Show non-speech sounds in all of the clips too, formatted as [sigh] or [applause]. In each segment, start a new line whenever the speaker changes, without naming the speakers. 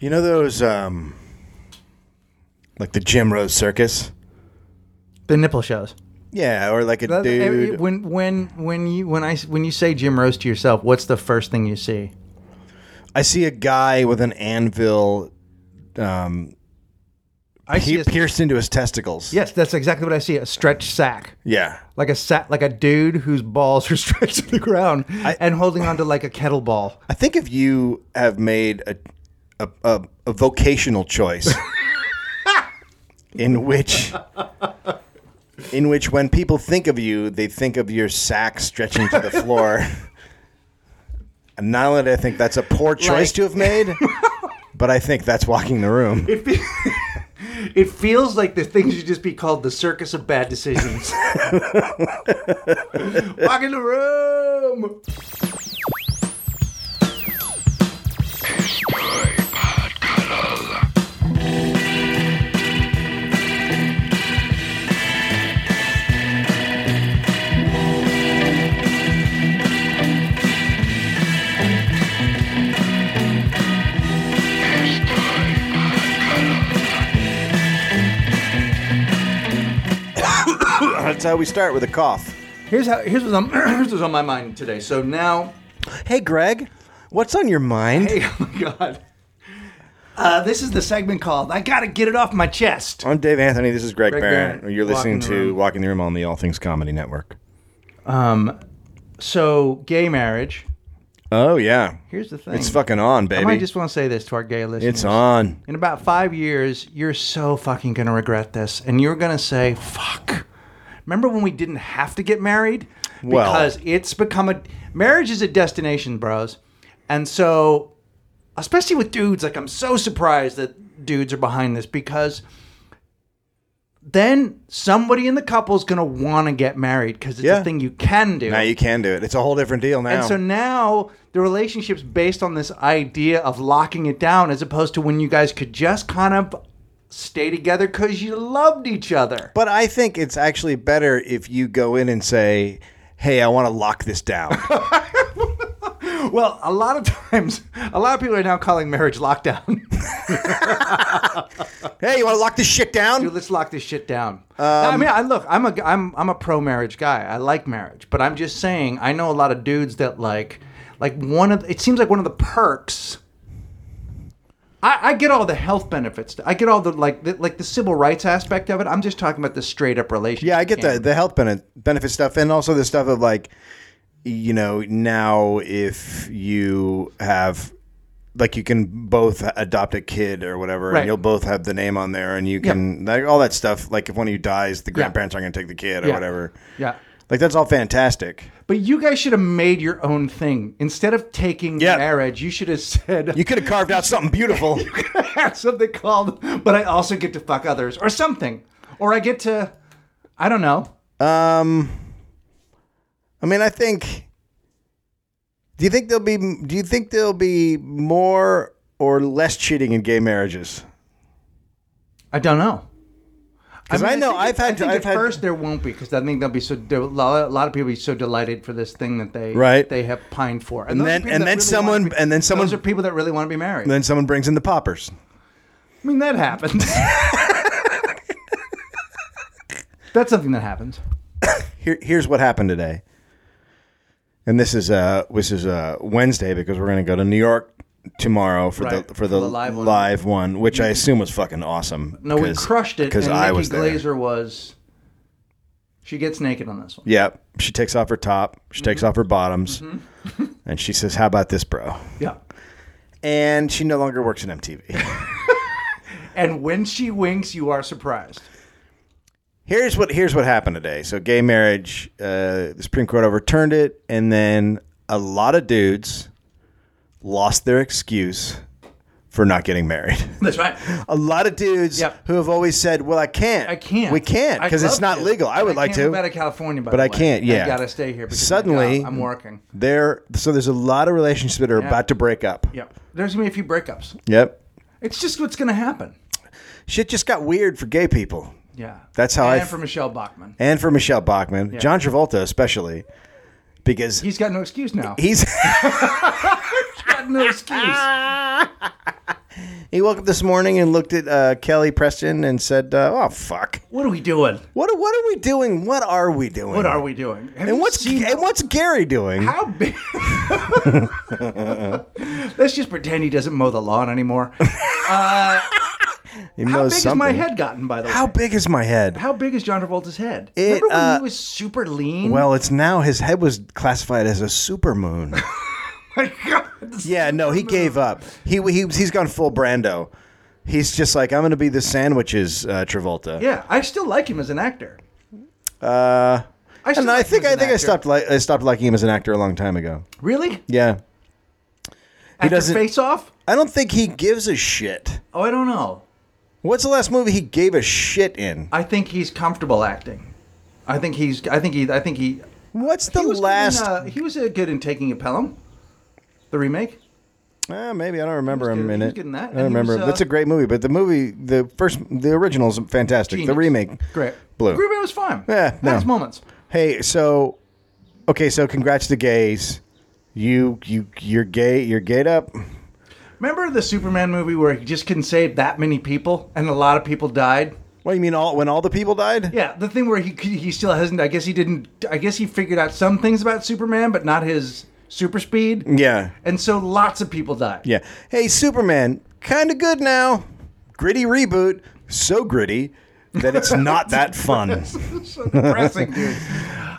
You know those, um, like the Jim Rose Circus?
The nipple shows.
Yeah, or like a
That-
dude.
eh, When when when you when I s- when you say Jim Rose to yourself, what's the first thing you see?
I see a guy with an anvil um,
I see.
he
A,
pierced into his testicles.
yes, that's exactly what I see. A stretched sack,
Yeah.
like a sack, like a dude whose balls are [laughs] stretched to the ground and holding onto like a kettleball.
I think if you have made a a, a, a vocational choice [laughs] in which in which when people think of you, they think of your sack stretching to the floor. [laughs] And not only do I think that's a poor choice
Like-
to have [laughs] made, but I think that's walking the room.
It feels like the thing should just be called the circus of bad [laughs] decisions. Walk in the room.
That's how we start with a cough.
Here's how. Here's what's on. [clears throat] here's what's on my mind today. So now
Hey Greg, what's on your mind?
Hey, [laughs] oh my god. Uh, this is the segment called I Gotta Get It Off My Chest.
I'm Dave Anthony. This is Greg,
Greg
Barron.
Barrett,
You're listening
Walking the
to
Room.
Walking the Room on the All Things Comedy Network.
Um, So, gay marriage.
Oh yeah,
Here's the thing.
it's fucking on,
I
baby.
might just want to say this to our gay listeners.
It's on.
In about five years, you're so fucking gonna regret this. And you're gonna say, fuck. Remember when we didn't have to get married?
Well-
Because it's become a. Marriage is a destination, bros. And so, especially with dudes, like I'm so surprised that dudes are behind this because then somebody in the couple's gonna wanna get married because it's
Yeah.
a thing you can do.
Now you can do it. It's a whole different deal now.
And so now the relationship's based on this idea of locking it down as opposed to when you guys could just kind of stay together because you loved each other.
but I think it's actually better if you go in and say, "Hey, I want to lock this
[laughs]
down."
Well, a lot of [laughs] times, a lot of people are now calling marriage lockdown.
hey, you want to lock this shit
Dude,
down?
let's lock this shit down.
Um,
I mean, I look, I'm a, g- I'm, I'm a pro marriage guy. I like marriage, but I'm just saying, I know a lot of dudes that like, like one of, it seems like one of the perks. I, I get all the health benefits. I get all the like, the, like the civil rights aspect of it. I'm just talking about the straight up relationship.
Yeah, I get the
game.
the health bene- benefit stuff, and also the stuff of like, you know, now if you have. Like you can both adopt a kid or whatever,
Right.
and you'll both have the name on there, and you can like, all that stuff. Like if one of you dies, the grandparents aren't going to take the kid or
Yeah.
whatever.
Yeah.
Like that's all fantastic.
But you guys should have made your own thing instead of taking
Yeah.
marriage. You should have [laughs] said
You could have carved out something beautiful.
have something called, but I also get to fuck others or something, or I get to, I don't know.
Um, I mean, I think. Do you think there'll be? Do you think there'll be more or less cheating in gay marriages?
I don't know.
'Cause I know
think
I've
at-
had-
I think
I've
at
had-
first there won't be because I think they'll be so there, a lot a lot of people be so delighted for this thing that they
Right.
they have pined for,
And
those are
then-
people
and
that
then
really
someone-
wanna be-
and then someone-
those are people that really want to be married.
Then someone brings in the poppers.
I mean
[laughs]
that happens. That's something that happens.
Here, here's what happened today. And this is uh this is uh Wednesday because we're gonna go to New York tomorrow for
Right,
the for the, live,
live
one.
one.
which I assume was fucking awesome.
No, we
'cause-
crushed it
because
and
I
Nikki
was there.
Glazer was. She gets naked on this one.
Yeah, she takes off her top, she takes
Mm-hmm.
off her bottoms, and she says, "How about this, bro?"
Yeah.
and she no longer works at
[laughs]
MTV.
And when she winks, you are surprised.
here's what here's what happened today. So gay marriage, uh, the Supreme Court overturned it, and then a lot of dudes lost their excuse for not getting married. [laughs]
That's right.
a lot of dudes
Yep.
who have always said, "Well, I can't.
I can't.
We can't
I'd
because it's
love
not
to.
legal. I
And
would like
can't
to."
Move out of California, by
but
the
I
way.
can't. Yeah,
I gotta stay here. Because my
Suddenly,
job- I'm working.
There, so there's a lot of relationships that are about to break up.
Yeah, there's gonna be a few breakups.
Yep.
It's just what's gonna happen.
Shit just got weird for gay people,
Yeah,
That's how I
and
f-
for Michelle Bachman,
and for Michelle Bachman, John Travolta especially, because
he's
[laughs]
got no excuse now. He's
he's.
got no excuse.
He woke up this morning and looked at uh, Kelly Preston and said, uh, "Oh fuck,
What are we doing?
what what are we doing? What are we doing?
What are we doing? Have
And
you
what's [laughs]
seen
and what's Gary doing?
how big? [laughs] Let's just pretend he doesn't mow the lawn anymore.
[laughs] He
How big
knows
has my
something.
head gotten, by the way?
How big is my head?
How big is John Travolta's head?
It,
Remember when
uh,
he was super lean?
Well, it's now his head was classified as a supermoon.
[laughs] my God.
yeah, no, he gave up. He he he's gone full Brando. He's just like I'm going to be the sandwiches uh, Travolta.
Yeah, I still like him as an actor.
Uh,
I
I, don't
still
know, I
like him
think
as
I
an
think I
actor.
stopped like I stopped liking him as an actor a long time ago.
Really?
Yeah,
After
doesn't-
Face Off?
I don't think he gives a shit.
Oh, I don't know.
What's the last movie he gave a shit in?
I think he's comfortable acting. I think he's. I think he. I think he.
What's the
he was good in,
last?
uh, he was uh, good in Taking a Pelham, the remake.
Ah, maybe I don't remember
was
him
good-
in
he
it.
was good in
I
that, and he
don't remember.
was, uh,
That's a great movie, but the movie, the first, the original's fantastic. The
Genius.
remake,
Great.
Blue.
The remake was fine.
Yeah, no.
Nice moments.
Hey, so okay, so congrats to gays. You you you're gay. You're gayed up.
Remember the Superman movie where he just couldn't save that many people and a lot of people died?
What do you mean? All when all the people died?
Yeah, the thing where he he still hasn't. I guess he didn't. I guess he figured out some things about Superman, but not his super speed.
Yeah.
And so lots of people died.
Yeah. Hey, Superman, kind of good now. Gritty reboot, so gritty that it's not that
[laughs]
fun.
[laughs] so depressing, dude.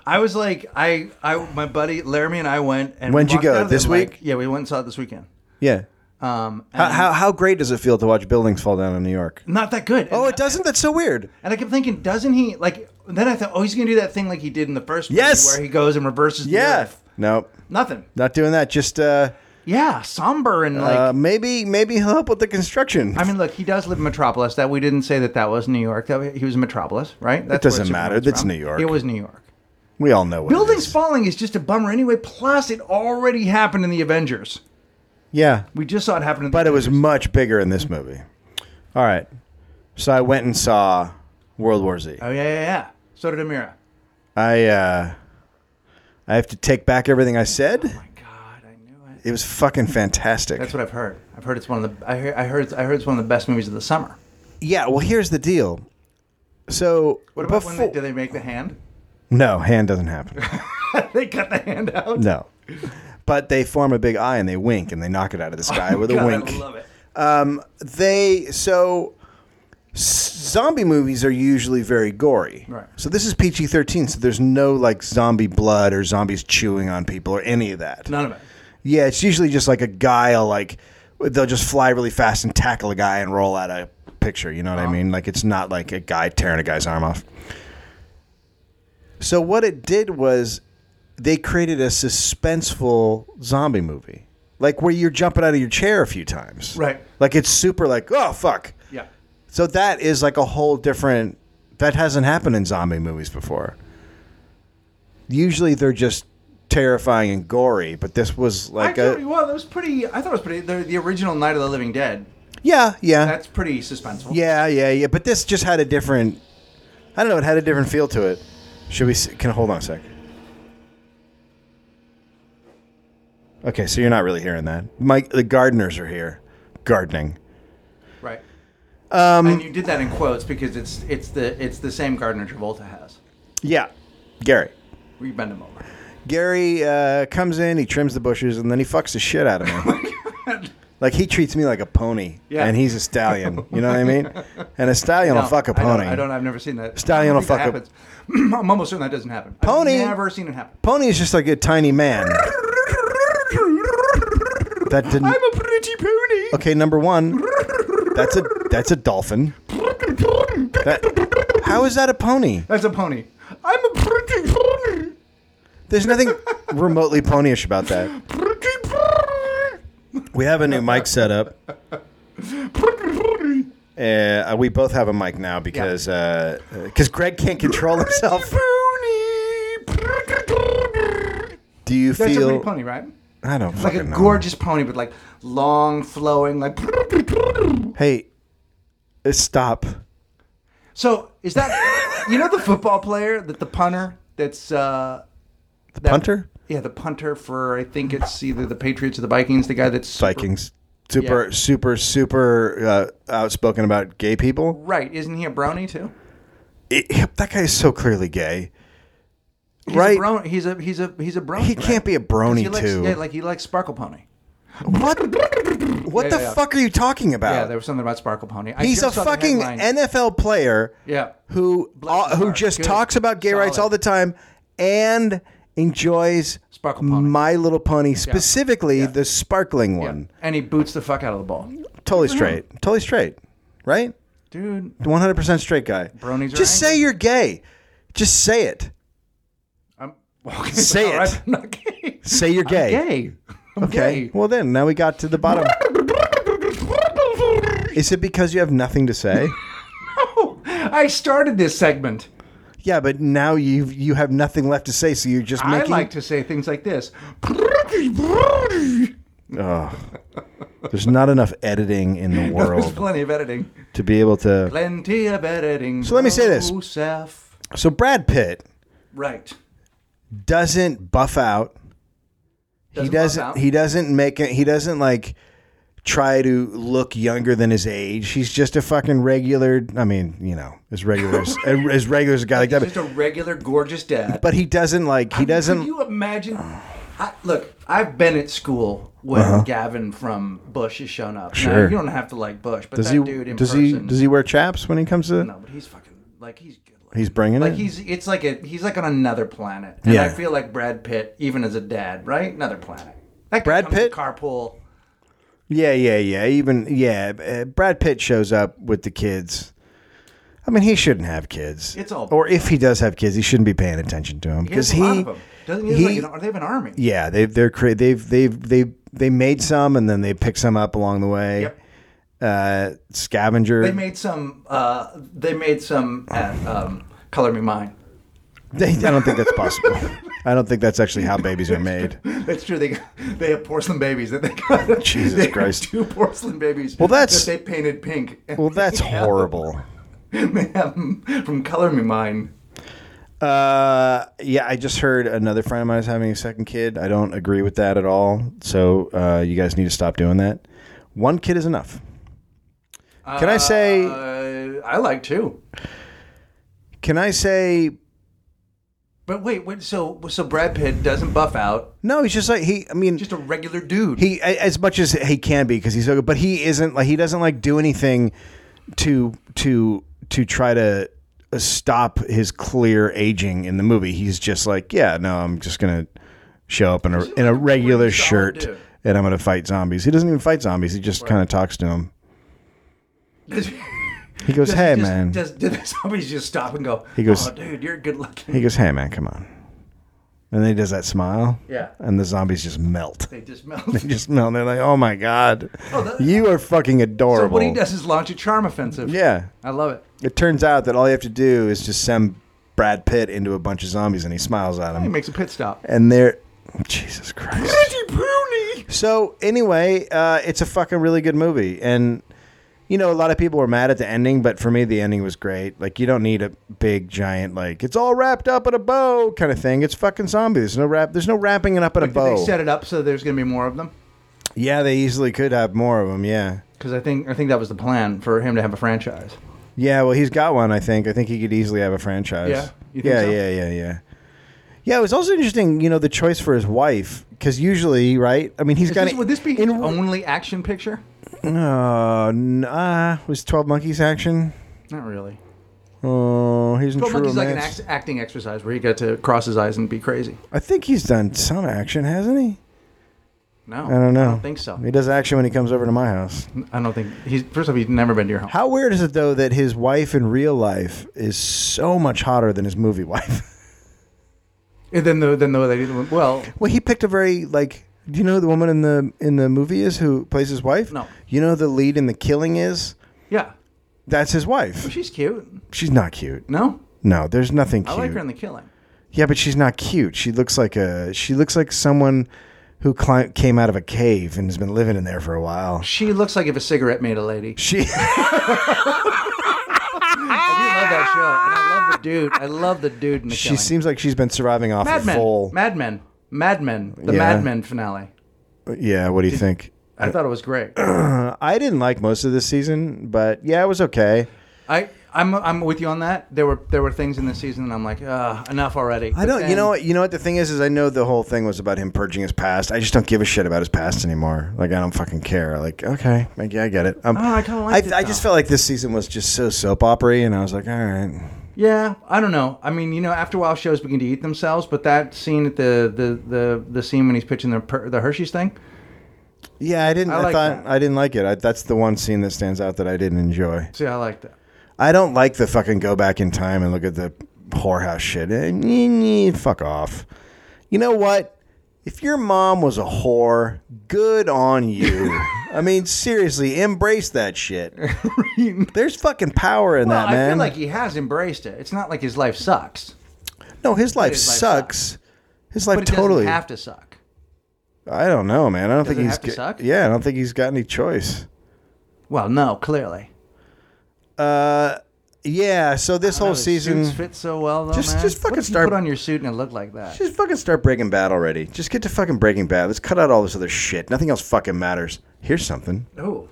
I was like, I, I, my buddy Laramie and I went. And we
When'd you
walked
go?
out of there
This
like-
week?
yeah, we went and saw it this weekend.
Yeah.
Um, and
How, how, how great does it feel to watch buildings fall down in New York?
not that good.
Oh,
and,
it doesn't? That's so weird.
and I kept thinking, doesn't he like? Then I thought, oh, he's gonna do that thing like he did in the first movie,
Yes!
where he goes and reverses. The
Yeah.
earth.
Nope.
Nothing.
Not doing that. Just uh,
Yeah, somber and like.
uh, maybe maybe he'll help with the construction.
I mean, look, he does live in Metropolis. That we didn't say that that was New York. That he was in Metropolis, right? That's
doesn't
where Superman's
matter. That's
from.
New York.
It was New York.
we all know what it
Buildings
is.
falling is just a bummer anyway. Plus, it already happened in the Avengers.
Yeah.
We just saw it happen. In the
But it was much bigger in this movie. All right. So I went and saw World War Z.
Oh yeah, yeah, yeah. So did Amira.
I uh, I have to take back everything I said.
My God, I knew it.
It was fucking fantastic.
That's what I've heard. I've heard it's one of the. I heard. I heard. It's, I heard it's one of the best movies of the summer.
yeah. Well, here's the deal. So
What about when they,
befo-
did they make the hand? [laughs]
no hand doesn't happen.
they cut the hand out.
No, but they form a big eye and they wink and they knock it out of the sky with
Oh God,
a wink.
I love it.
Um, they so s- zombie movies are usually very gory.
Right.
So this is PG thirteen. So there's no like zombie blood or zombies chewing on people or any of that.
None of it.
Yeah, it's usually just like a guy. will, Like they'll just fly really fast and tackle a guy and roll out a picture. You know what I mean? Like it's not like a guy tearing a guy's arm off. So what it did was they created a suspenseful zombie movie, like where you're jumping out of your chair a few times.
Right.
Like it's super like oh fuck.
Yeah.
So that is like a whole different. That hasn't happened in zombie movies before. Usually they're just terrifying and gory, but this was like uh,
Actually,
a
well, that was pretty. I thought it was pretty. The, the original Night of the Living Dead.
yeah, yeah,
That's pretty suspenseful.
yeah, yeah, yeah. But this just had a different. I don't know. It had a different feel to it. Should we? s- Can hold on a sec. Okay, so you're not really hearing that. Mike, the gardeners are here, gardening.
Right.
Um,
and you did that in quotes because it's it's the it's the same Gardner Travolta has.
Yeah, Gary.
We bend him over.
Gary uh, comes in, he trims the bushes, and then he fucks the shit out of
[laughs]
me. like he treats me like a pony,
Oh Yeah.
and he's a stallion. You know what I mean? And a stallion will fuck a
I don't-
pony.
I don't, I've never seen that.
Stallion
I
will
don't think
fuck
that
up-
happens. [clears throat] I'm almost certain that doesn't happen.
Pony-
I've never seen it happen.
Pony is just like a tiny man. That didn't.
I'm a pretty pony.
okay, number one, that's a that's a dolphin. That, how is that a pony?
That's a pony. I'm a pretty pony.
There's nothing remotely ponyish about that.
Pretty pony.
We have a new mic setup.
Pretty pony.
Uh, we both have a mic now because because Greg can't control
[laughs]
himself.
Pony. Pretty pony.
Do you
That's a
feel?
pretty pony, right?
I don't
Like
fucking
a
know.
gorgeous pony with like long flowing like. pretty pony.
Hey, uh, stop.
So is that you know the football player that the punter that's uh
The punter?
yeah the punter for I think it's either the Patriots or the Vikings the guy that's super-
Vikings. super, super, super uh, outspoken about gay people.
Right? Isn't he a brony too?
It, that guy is so clearly gay,
He's
right?
A brony. He's a he's a he's a brony.
he can't be a brony
he likes,
too.
Yeah, like he likes Sparkle Pony. [laughs]
what? What
Yeah,
the
yeah.
fuck are you talking
Yeah,
about?
there was something about Sparkle Pony. I
Oh. He's
just
a
saw the
fucking
headline.
NFL player
yeah.
who
Bless his
who
heart.
just
Good.
talks about gay rights
Solid.
all the time and enjoys
Sparkle Pony.
My Little Pony, specifically the sparkling
Yeah. Mm-hmm.
one.
And he boots the fuck out of the ball.
Totally straight. Totally straight. Right?
Dude,
100% straight guy.
Bronies are
Just say
angry.
you're gay. Just say it.
I'm [laughs] okay,
Say
all right,
it.
I'm not gay.
Say you're gay.
Gay. I'm
Okay.
gay.
Well, then, now we got to the bottom.
[laughs]
Is it because you have nothing to say?
Oh, I started this segment.
yeah, but now you you have nothing left to say, so you're just making.
I like to say things like this.
There's not enough editing
[laughs]
in the
There's
world
plenty of editing.
to be able to.
Plenty of editing. So
let me say this.
Self.
So Brad Pitt
Right.
doesn't buff out. he
Doesn't buff
doesn't.
out.
He doesn't make it. He doesn't like try to look younger than his age. He's just a fucking regular. I mean, you know, as regular
[laughs]
as, as regular as a guy like that.
Just
But,
a regular gorgeous dad.
but he doesn't like. He
Could
doesn't.
you imagine? I, look, I've been at school when Gavin from Bush has shown up. Now,
Uh-huh. Sure.
you don't have to like Bush, but
Does
that
he?
dude in
Does
person.
he? Does he wear chaps when he comes to?
no, but he's fucking like he's good. looking.
He's bringing
like
it.
he's it's like a he's like on another planet, and I
Yeah.
feel like Brad Pitt, even as a dad, right? Another planet. That guy
Brad
comes
Pitt?
to carpool.
yeah, yeah, yeah. Even yeah. uh, Brad Pitt shows up with the kids. I mean, he shouldn't have kids.
It's all-
Or if he does have kids, he shouldn't be paying attention to them because
Because
he.
a lot of them. Doesn't he? has
he-
like an, ar- they have an army.
Yeah, they they're cra- they've they've they they made some and then they pick some up along the way.
Yep.
Uh, scavenger.
They made some. Uh, they made some at um, Color Me Mine. [laughs]
They- [laughs] I don't think that's possible. I don't think that's actually how babies are
[laughs]
made.
That's true. They they have porcelain babies that they got.
Jesus
[laughs] they have
Christ.
Two porcelain babies.
Well, that's-
that they painted pink. [laughs]
Well, that's horrible.
they have 'em from Color Me Mine.
Uh, yeah, I just heard another friend of mine is having a second kid. I don't agree with that at all. So uh, you guys need to stop doing that. One kid is enough. Can I say?
Uh, I like two.
Can I say?
But wait, wait. So so Brad Pitt doesn't buff out.
No, he's just like he. I mean,
Just a regular dude.
he a- as much as he can be because he's so good, but he isn't like he doesn't like do anything to to to try to uh, stop his clear aging in the movie. He's just like, yeah, no, I'm just gonna show up in a in a regular
solid
shirt
dude.
and I'm gonna fight zombies. He doesn't even fight zombies. He just kind of talks to him.
[laughs]
He goes, hey
Just- [laughs]
man.
Does, did the zombies just stop and go? He
goes-
oh, dude, you're good looking.
he goes, hey man, come on. And then he does that smile,
Yeah.
and the zombies just melt.
[laughs]
[laughs]
They just melt.
They just melt. They're like, oh my god,
that-
you are fucking adorable.
What he does is launch a charm offensive.
yeah.
I love it.
It turns out that all you have to do is just send Brad Pitt into a bunch of zombies, and he smiles at
He
them,
makes a pit stop.
and they're Jesus Christ.
Pruny.
So anyway, uh, it's a fucking really good movie, and you know a lot of people were mad at the ending, but for me the ending was great. Like you don't need a big giant like it's all wrapped up in a bow kind of thing. It's fucking zombies. There's no wrap. There's no wrapping it up in a
Did they
bow.
set it up so there's going to be more of them?
yeah, they easily could have more of them. Yeah.
Because I think I think that was the plan for him to have a franchise.
Yeah, well, he's got one. I think. I think he could easily have a franchise.
Yeah? You think
yeah,
so?
yeah, yeah, yeah. Yeah, it was also interesting. You know, the choice for his wife, because usually, right? I mean, he's
Is
got.
this,
a-
would this be his
in,
only action picture?
Uh, nah, was Twelve Monkeys action?
Not really.
Oh, he's in
Twelve
True
Monkeys is like an
Romance.
act, acting exercise where you got to cross his eyes and be crazy.
I think he's done some action, hasn't he?
No,
I don't know.
I don't think so.
He does action when he comes over to my house.
I don't think he's. First of all, he's never been to your home.
How weird is it though that his wife in real life is so much hotter than his movie wife?
And then the then the lady. Well,
Well, he picked a very like. Do you know who the woman in the in the movie is who plays his wife?
No.
You know who the lead in the killing is.
yeah,
That's his wife.
she's cute.
She's not cute.
No,
No, there's nothing cute.
I like her in the killing.
yeah, but she's not cute. She looks like a she looks like someone who cli- came out of a cave and has been living in there for a while.
She looks like if a cigarette made a lady.
She [laughs]
I do love that show, and I love the dude. I love the dude in the
she
killing.
seems like she's been surviving off
Mad
a
Men.
full.
Mad Men. Mad Men. The
Yeah.
Mad Men finale.
yeah, what do you think? Uh,
I thought it was great.
I didn't like most of this season, but yeah, it was okay.
I I'm I'm with you on that. There were there were things in the season I'm like, uh, enough already.
I don't. You know what? You know what the thing is? Is I know the whole thing was about him purging his past. I just don't give a shit about his past anymore. Like I don't fucking care. Like okay, like yeah, I get it. Um,
Oh, I kinda liked it,
I, I just
though.
felt like this season was just so soap opery, and I was like, all right.
Yeah, I don't know. I mean, you know, after a while, shows begin to eat themselves. But that scene at the the the, the scene when he's pitching the per- the Hershey's thing,
Yeah, I didn't.
I
I,
like
thought
that.
I didn't like it. I, that's the one scene that stands out that I didn't enjoy.
see, I like that.
I don't like the fucking go back in time and look at the whorehouse shit. Eh, nee, nee, Fuck off. You know what? If your mom was a whore, good on
[laughs]
you. I mean, seriously, embrace that shit. There's fucking power in
Well,
that, man.
I feel like he has embraced it. It's not like his life sucks,
no, his life
his life
sucks. His life
but it
totally.
doesn't have to suck.
I don't know, man. I don't think
Does it
he's.
have to suck?
Yeah, I don't think he's got any choice.
Well, no, clearly.
Uh, yeah. So this whole
No, his
season,
suits fit so well though.
Just-
man.
just fucking
what if you
start-
put on your suit and it looked like that.
Just fucking start Breaking Bad already. Just get to fucking Breaking Bad. Let's cut out all this other shit. Nothing else fucking matters. Here's something.
Oh,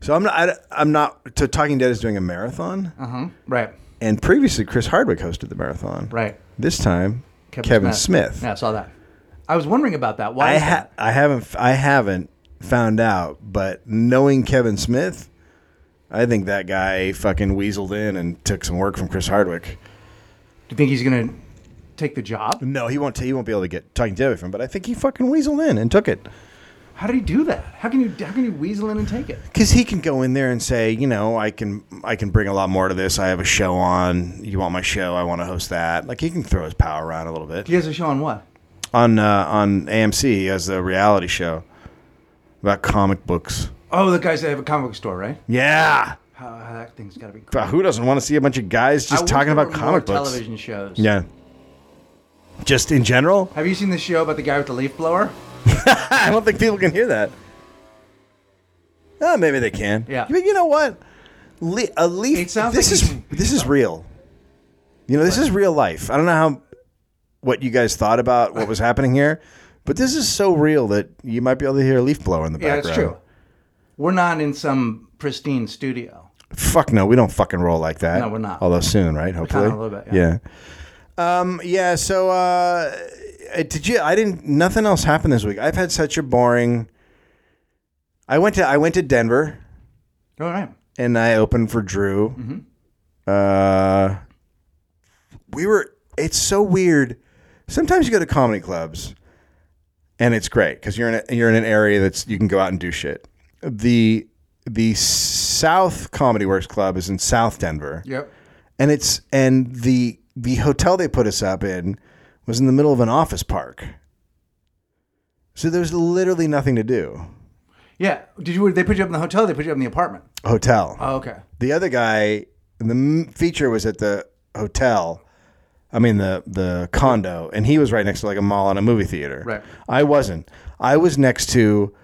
So I'm not. I, am not. To Talking Dead is doing a marathon,
uh huh. Right,
and previously Chris Hardwick hosted the marathon.
right.
This time, Kevin, Smith.
Yeah, I saw that. I was wondering about that. Why?
I
is
ha-
that?
I haven't. f- I haven't found out, but knowing Kevin Smith, I think that guy fucking weaseled in and took some work from Chris Hardwick.
Do you think he's gonna take the job?
No, he won't. T- he won't be able to get Talking Dead away from. him, But I think he fucking weaseled in and took it.
How did he do that? How can you how can you weasel in and take it?
because he can go in there and say, you know, I can I can bring a lot more to this. I have a show on. You want my show? I want to host that. Like he can throw his power around a little bit
He has a show on what?
on uh, on AMC. He has a reality show about comic books.
Oh, the guys that have a comic book store, right?
Yeah,
How, how that thing's got to be.
But who doesn't want to see a bunch of guys
I
just
wish
talking
there
about
were
comic
more
books?
Television shows.
Yeah, just in general.
Have you seen the show about the guy with the leaf blower?
[laughs] I don't think people can hear that. Oh, maybe they can.
Yeah.
But you know what? Le- a leaf.
It sounds
this
like
is
he's-
this is real. You know, this is real life. I don't know how what you guys thought about what was happening here, but this is so real that you might be able to hear a leaf blower in the
Yeah,
background.
it's true. We're not in some pristine studio.
Fuck no, we don't fucking roll like that.
No, we're not.
Although soon, right? Hopefully,
a little bit, yeah.
Yeah. Um. Yeah. So, uh, uh, did you? I didn't. Nothing else happened this week. I've had such a boring. I went to I went to Denver
All right.
and I opened for Drew. Uh, we were. It's so weird. Sometimes you go to comedy clubs, and it's great because you're in a, you're in an area that's you can go out and do shit. The the South Comedy Works Club is in South Denver,
Yep.
and it's and the the hotel they put us up in was in the middle of an office park. So there's literally nothing to do.
Yeah. Did you? They put you up in the hotel. They put you up in the apartment.
Hotel.
Oh, okay.
The other guy, the m- feature was at the hotel. I mean the the condo, and he was right next to like a mall and a movie theater.
Right.
I wasn't. I was next to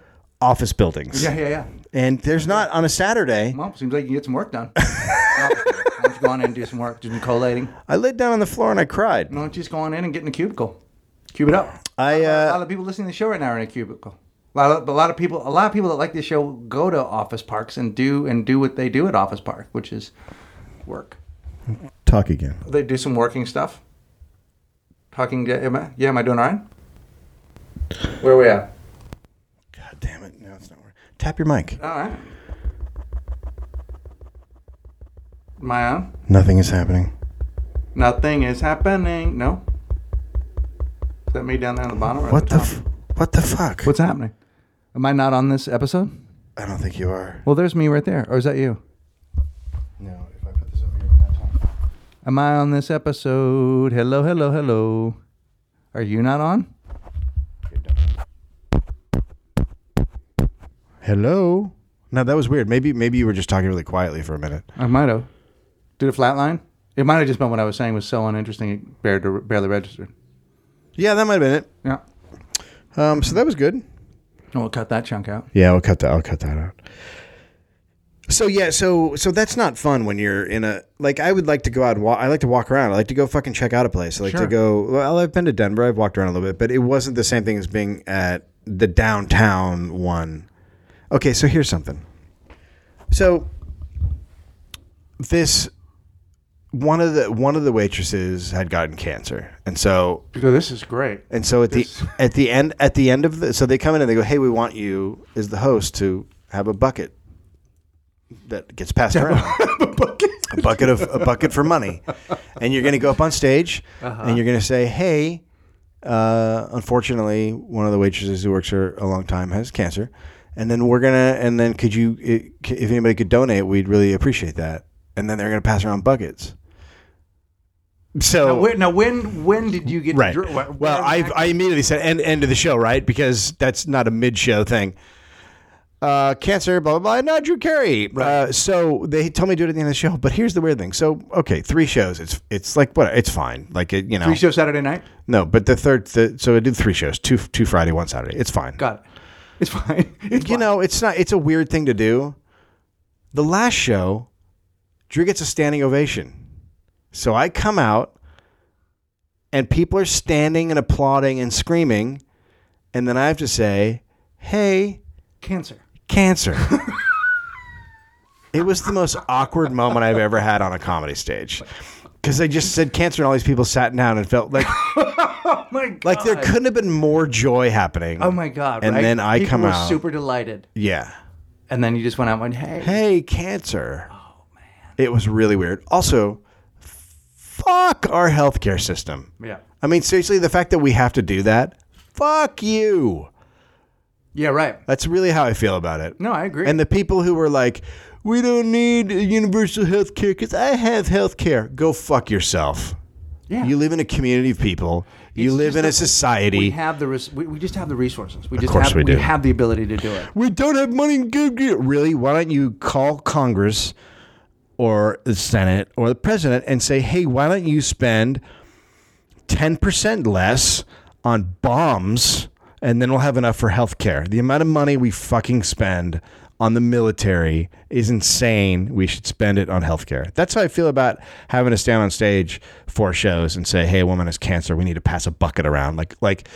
office buildings.
Yeah, yeah, yeah.
And there's not on a Saturday.
Well, seems like you can get some work [laughs] done. Why don't you go on in and do some work? Do some collating.
I laid down on the floor and I cried.
Why don't you just go on in and get in a cubicle? Cube it up.
I
a
uh,
lot of people listening to the show right now are in a cubicle. A lot, of, a lot of people, a lot of people that like this show go to office parks and do and do what they do at office park, which is work.
talk again.
They do some working stuff. Talking, to, am I, yeah, am I doing all right? Where are we at?
God damn it! No, it's not working. Tap your mic.
All right. Am I on?
Nothing is happening.
Nothing is happening. No. Is that me down there on the bottom? Or at
What the
top?
f- what the fuck?
What's happening? Am I not on this episode?
I don't think you are.
Well, there's me right there. Or is that you?
No, if I put this over here, we're not talking.
Am I on this episode? Hello, hello, hello. Are you not on?
Hello. No, that was weird. Maybe maybe you were just talking really quietly for a minute.
I might have. Did it flatline? It might have just been what I was saying was so uninteresting it barely, barely registered.
Yeah, that might have been it.
Yeah.
Um, so that was good.
And we'll cut that chunk out.
Yeah, I'll cut that. I'll cut that out. So yeah, so so that's not fun when you're in a like. I would like to go out and walk. I like to walk around. I like to go fucking check out a place. I like to
Sure.
go. Well, I've been to Denver. I've walked around a little bit, but it wasn't the same thing as being at the downtown one. Okay, so here's something. So this one of the one of the waitresses had gotten cancer, and so
You go, this is great.
and so at the [laughs]
Yes.
at the end at the end of the so they come in and they go, "Hey, we want you as the host to have a bucket that gets passed [laughs] around." a bucket of a bucket for money, and you're going to go up on stage and you're going to say, "Hey, uh, unfortunately, one of the waitresses who works here a long time has cancer, and then we're gonna and then could you i- c- if anybody could donate, we'd really appreciate that." And then they're going to pass around buckets.
Now,
So
when, now, when when did you get
right.
to dr- wh-
well,
where
I
exactly-
I immediately said end end of the show right because that's not a mid show thing. Uh, cancer, blah blah blah. No, Drew Carey. Uh, so they told me to do it at the end of the show, but here's the weird thing. So okay, three shows. It's it's like what it's fine. Like it, you know,
Pre-show Saturday night?
no, but the third. The, so I did three shows: two two Friday, one Saturday. It's fine.
Got it. It's fine. [laughs] It's
you know, it's not. It's a weird thing to do. The last show, Drew gets a standing ovation. So I come out, and people are standing and applauding and screaming, and then I have to say, "Hey,
cancer.
cancer." it was the most awkward moment I've ever had on a comedy stage. Because they just said cancer, and all these people sat down and felt like
Oh my god.
like there couldn't have been more joy happening.
Oh my god.
And
right?
then I
People
come
were
out.
super delighted.
yeah.
And then you just went out and went, hey.
hey, cancer. Oh, man. It was really weird. Also, fuck our healthcare system.
Yeah.
I mean, seriously, the fact that we have to do that, fuck you.
Yeah, right.
That's really how I feel about it.
No, I agree.
And the people who were like, we don't need universal health care because I have health care. Go fuck yourself.
yeah.
You live in a community of people, you
It's
live
just
in
that
a society.
We have the res- we, we just have the resources. We just
course
have
we do.
have the ability to do it.
[laughs] we don't have money. Really? Why don't you call Congress or the Senate or the president and say, hey, why don't you spend 10% less on bombs and then we'll have enough for health care? The amount of money we fucking spend on the military is insane. We should spend it on healthcare. That's how I feel about having to stand on stage for shows and say, "Hey, a woman has cancer. We need to pass a bucket around." Like like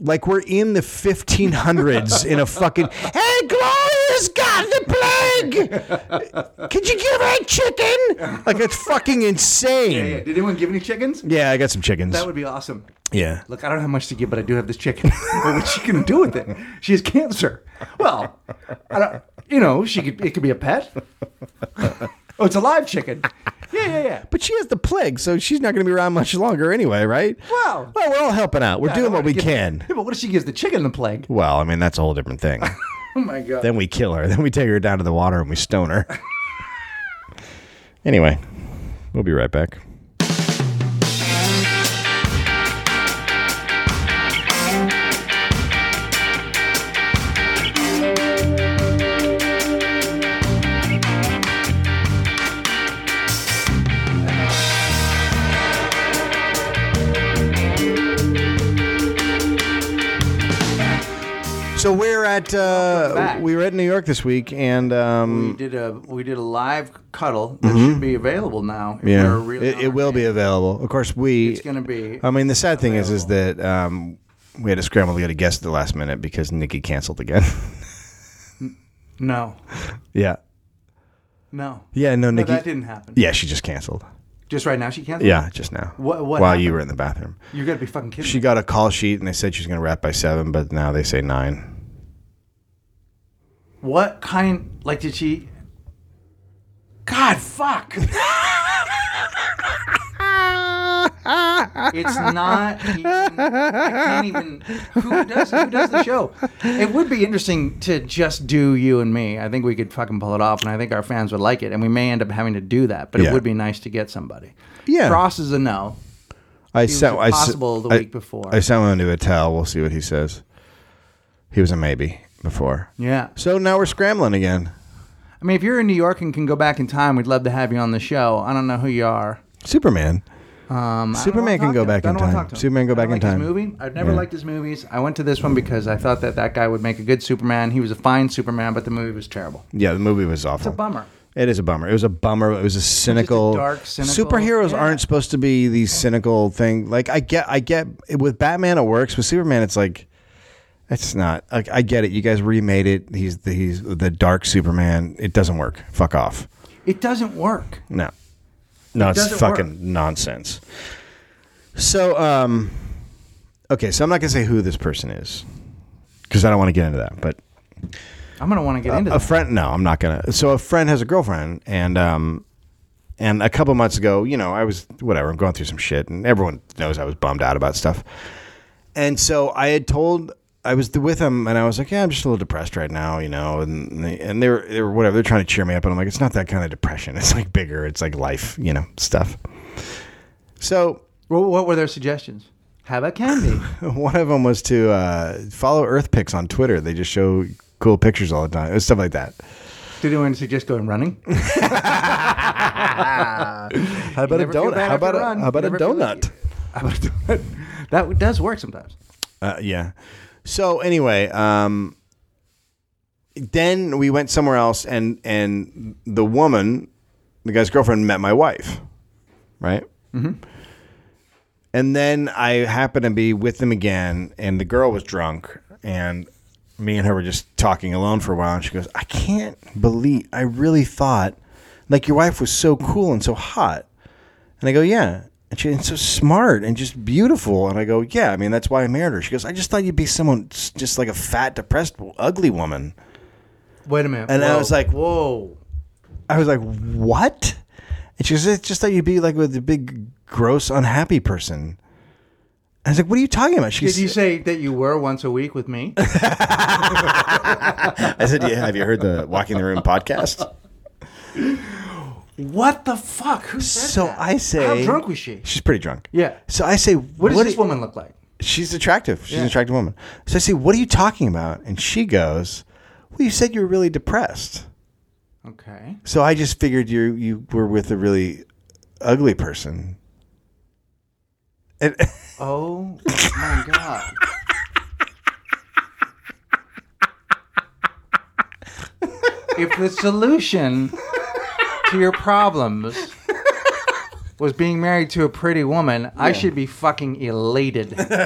like we're in the 1500s in a fucking hey gloria's got the plague could you give her a chicken like it's fucking insane
Did anyone give any chickens?
yeah i got some chickens
That would be awesome.
yeah
Look, I don't have much to give, but I do have this chicken. [laughs] Well, What's she gonna do with it? She has cancer. Well, I don't. You know, she could. It could be a pet. [laughs] oh, it's a live chicken. Yeah, yeah, yeah.
but she has the plague so she's not going to be around much longer anyway right
Wow.
well we're all helping out we're doing what we
Give-
can
Yeah, but what if she gives the chicken the plague?
well i mean that's a whole different thing
Oh my god.
then we kill her then we take her down to the water and we stone her anyway we'll be right back so we're at uh,
back.
we were at new york this week and um,
we did a we did a live cuddle that should be available now. if
Mm-hmm. Yeah,
we're really
it, Uh, it
on
will be available. Of course, we.
It's gonna be.
I mean, the sad thing is, is that um, we had to scramble to get a guest at the last minute because Nikki canceled again. [laughs]
no,
yeah,
no.
yeah, no,
No,
Nikki.
that didn't happen.
yeah, she just canceled.
Just right now, she canceled.
Yeah, just now.
What- what
While you were in the bathroom,
You gotta be fucking kidding.
she
me.
got a call sheet and they said she's going to wrap by seven, but now they say nine.
What kind? Like, did she? God, fuck. it's not. Even, I can't even. Who does? Who does the show? It would be interesting to just do you and me. I think we could fucking pull it off, and I think our fans would like it. And we may end up having to do that, but
Yeah.
it would be nice to get somebody.
Yeah.
Cross is a no.
I
It was
sent. I s-
possible the
I-
week before.
I sent one to Attell. We'll see what he says. He was a maybe before.
yeah.
So now we're scrambling again.
I mean, if you're in New York and can go back in time, we'd love to have you on the show. I don't know who you are.
Superman.
Um, I don't
Superman
wanna
can
talk
go
to him.
back
I
in
don't wanna
time.
talk to him.
Superman go
I don't
back in
like his
time.
movie. I've never
Yeah.
liked his movies. I went to this one because I thought that that guy would make a good Superman. He was a fine Superman, but the movie was terrible.
Yeah, the movie was awful.
It's a bummer.
It is a bummer. It was a bummer. It was a cynical.
dark, cynical-
Superheroes
yeah.
aren't supposed to be these cynical thing. Like I get, I get with Batman it works. With Superman, it's like It's not. I, I get it. You guys remade it. He's the, he's the dark Superman. It doesn't work. Fuck off.
It doesn't work.
No, no, it's
doesn't work.
fucking nonsense. So, um, okay, so I'm not gonna say who this person is because I don't want to get into that. But
I'm gonna want to get into
Uh, a
that.
friend, no, I'm not gonna. So a friend has a girlfriend, and um, and a couple months ago, you know, I was whatever. I'm going through some shit, and everyone knows I was bummed out about stuff. And so I had told I was with him, and I was like, "Yeah, I'm just a little depressed right now," you know. And they, and they were they were whatever. They're trying to cheer me up, and I'm like, "It's not that kind of depression. It's like bigger. It's like life, you know, stuff." So [laughs]
Well, what were their suggestions? Have a candy.
one of them was to uh, follow Earth Pics on Twitter. They just show cool pictures all the time. It was stuff like that.
Did anyone suggest going running?
[laughs] How about a
never feel
donut?
bad
How
after
about a,
a run.
how about a
Never feel like- [laughs]
donut?
that does work sometimes.
Uh, yeah. So anyway, um, then we went somewhere else, and and the woman, the guy's girlfriend, met my wife, right? Mm-hmm. And then I happened to be with them again, and the girl was drunk, and me and her were just talking alone for a while, and she goes, "I can't believe I really thought, like your wife was so cool and so hot." And I go, yeah. And she's so smart and just beautiful. And I go, yeah. I mean, that's why I married her. She goes, I just thought you'd be someone s- just like a fat, depressed, ugly woman.
Wait a minute.
And I was like-
whoa.
I was like, what? And she goes, I just thought you'd be like with a big, gross, unhappy person. I was like, what are you talking about? She
Did you
goes,
say that you were once a week with
[laughs]
me?
I said, yeah. Have you heard the Walking the Room podcast?
what the fuck? Who said
so
that?
I say,
How drunk was she?
She's pretty drunk.
Yeah.
So I say,
What does
what
this
i-
woman look like?
she's attractive. She's an
Yeah.
attractive woman. So I say, what are you talking about? And she goes, well, you said you were really depressed.
Okay.
So I just figured you you were with a really ugly person. And, [laughs]
Oh my god. if the solution to your problems was being married to a pretty woman, I should be fucking elated. That's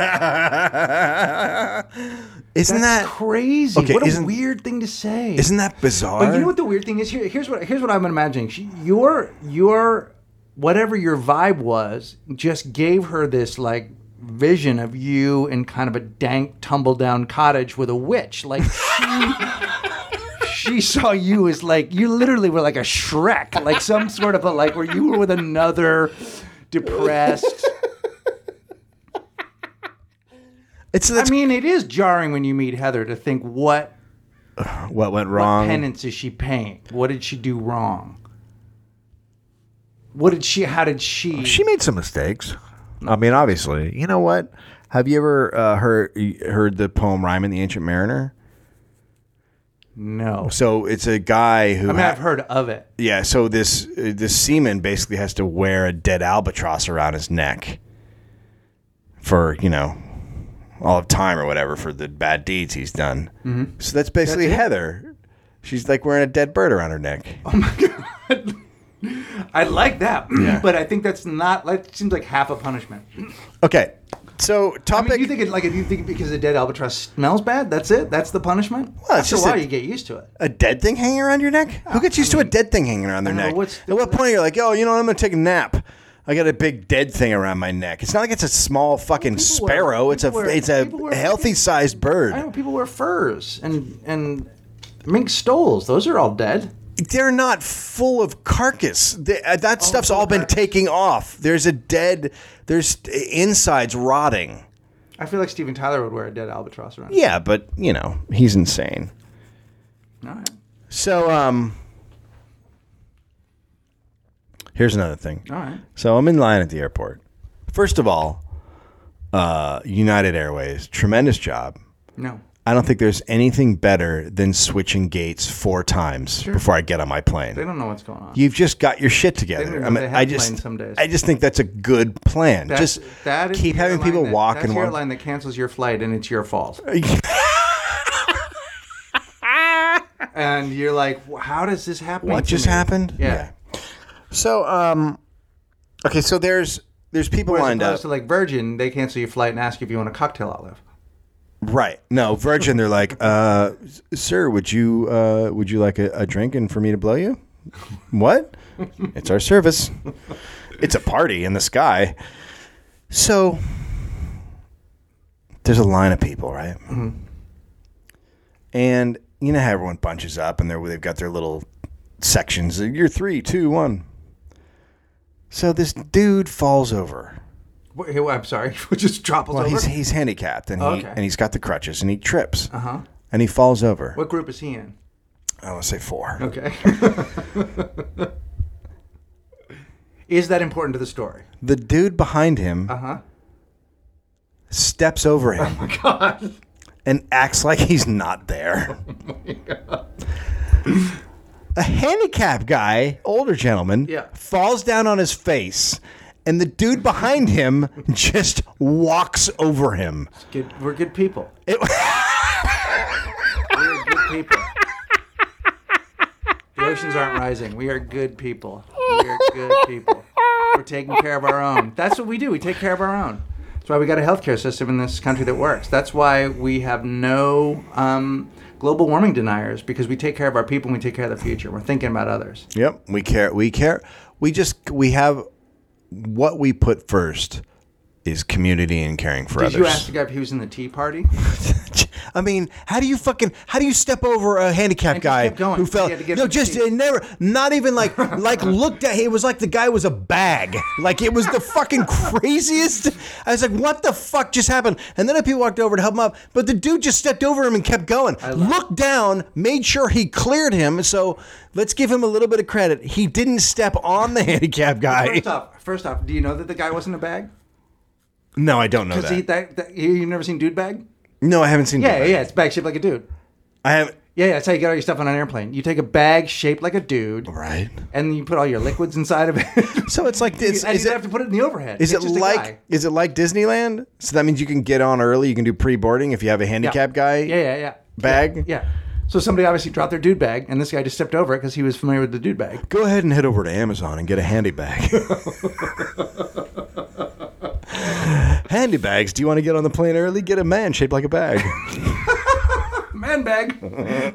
isn't that
crazy.
Okay,
what a
isn't-
weird thing to say.
isn't that bizarre?
But you know what the weird thing is here? Here's what here's what I'm imagining. She, your your whatever your vibe was just gave her this like vision of you in kind of a dank tumble down cottage with a witch. Like she she saw you as like you literally were like a Shrek, like some sort of a like where you were with another depressed.
it's
I
that's
mean, it is jarring when you meet Heather to think what
what went wrong.
penance is she paying? What did she do wrong? What did she? How did she?
Oh, she made some mistakes. I mean, obviously. You know what? Have you ever uh, heard heard the poem "Rhyme and the Ancient Mariner"?
no.
So it's a guy who
I mean,
ha-
I've heard of it.
yeah. So this uh, this seaman basically has to wear a dead albatross around his neck for you know all of time or whatever for the bad deeds he's done.
Mm-hmm.
So that's basically Heather. She's like wearing a dead bird around her neck.
I like that, [clears throat] but I think that's not. That seems like half a punishment.
Okay, so
I
topic.
mean, you think it like if you think because a dead albatrass smells bad, that's it. That's the punishment.
Well, it's
After a
just
while,
a-
you get used to it.
a dead thing hanging around your neck? Who gets used to a dead thing hanging around their
know,
neck?
what's the-
At what point are you like, oh, you know, what, I'm gonna take a nap. I got a big dead thing around my neck. It's not like it's a small fucking
people wear-
sparrow. it's a
people wear-
it's a
people wear-
healthy sized bird.
I know people wear furs and and mink stoles. Those are all dead.
they're not full of carcass. They, uh, that stuff's all been taking off. There's a dead. There's insides rotting.
I feel like Steven Tyler would wear a dead albatross around.
Yeah, but you know he's insane.
All right.
So um, here's another thing.
All right.
So I'm in line at the airport. First of all, uh, United Airways, tremendous job.
No.
I don't think there's anything better than switching gates four times before I get on my plane.
They don't know what's going on.
You've just got your shit
don't
together.
even
I
know
mean,
they have
I just,
planes some days.
I just think that's a good plan.
That's-
just
that is
keep
the
having
airline
people
that-
walk
that's
and
the
walk.
airline that cancels your flight and it's your fault.
[laughs]
and you're like, "Wh- how does this happen?
What
to
just
me?"
happened?
Yeah.
So, um, okay, so there's there's people
As
lined
opposed
up.
to like Virgin, they cancel your flight and ask you if you want a cocktail olive.
Right. No, virgin. They're like, uh, sir, would you uh, would you like a, a drink and for me to blow you? What? it's our service. It's a party in the sky. So there's a line of people, right? And you know how everyone bunches up and they're they've got their little sections. You're three, two, one. So this dude falls over.
Wait, I'm sorry. [laughs] Just topples
Well,
over.
he's he's handicapped and he
Okay.
and he's got the crutches and he trips
Uh-huh.
and he falls over.
What group is he in?
I want to say four.
Okay. [laughs] is that important to the story? Uh-huh.
The dude behind him
huh.
steps over
[laughs]
him.
Oh
And acts like he's not
[laughs]
there.
Oh
A handicapped guy, older gentleman,
Yeah.
falls down on his face, and the dude behind him [laughs] just walks over him.
Good, we're good people.
It-
We're good people. The oceans aren't rising. We are good people. We are good people. We're taking care of our own. That's what we do. We take care of our own. That's why we got a healthcare system in this country that works. That's why we have no um, global warming deniers because we take care of our people and we take care of the future. We're thinking about others.
Yep, we care. We care. We just we have what we put first is community and caring for
Did
others.
you ask the guy if he was in the Tea
[laughs]
Party?
I mean, how do you fucking how do you step over a handicapped
just
guy
kept going.
who
He
fell?
had to get
No,
up to
just
speed.
uh, never, not even
[laughs]
like like looked at. It was like the guy was a bag. Like it was the
[laughs]
fucking craziest. I was like, what the fuck just happened? And then a people walked over to help him up, but the dude just stepped over him and kept going. Looked down, made sure he cleared him. So let's give him a little bit of credit. He didn't step on the [laughs] handicapped guy.
First off, first off, do you know that the guy wasn't a bag?
No, I don't know
Is
that.
he that, that you- you've never seen dude bag?
No, I haven't seen.
Yeah,
that.
yeah, it's bag shaped like a dude.
I haven't.
Yeah, yeah, that's how you get all your stuff on an airplane. You take a bag shaped like a dude,
Right.
and you put all your liquids
[laughs]
inside of it. [laughs]
So it's like it's,
and
is
you
it
have to put it in the overhead.
Is
It's
it
just a
like
guy.
is it like Disneyland? So that means you can get on early. You can do pre boarding if you have a handicapped guy
Yeah, yeah, yeah.
bag.
Yeah. So somebody obviously dropped their dude bag, and this guy just stepped over it because he was familiar with the
[laughs]
dude bag.
Go ahead and head over to Amazon and get a handy
[laughs]
bag. handy bags. Do you want to get on the plane early? Get a man shaped like a
[laughs]
bag.
Man bag.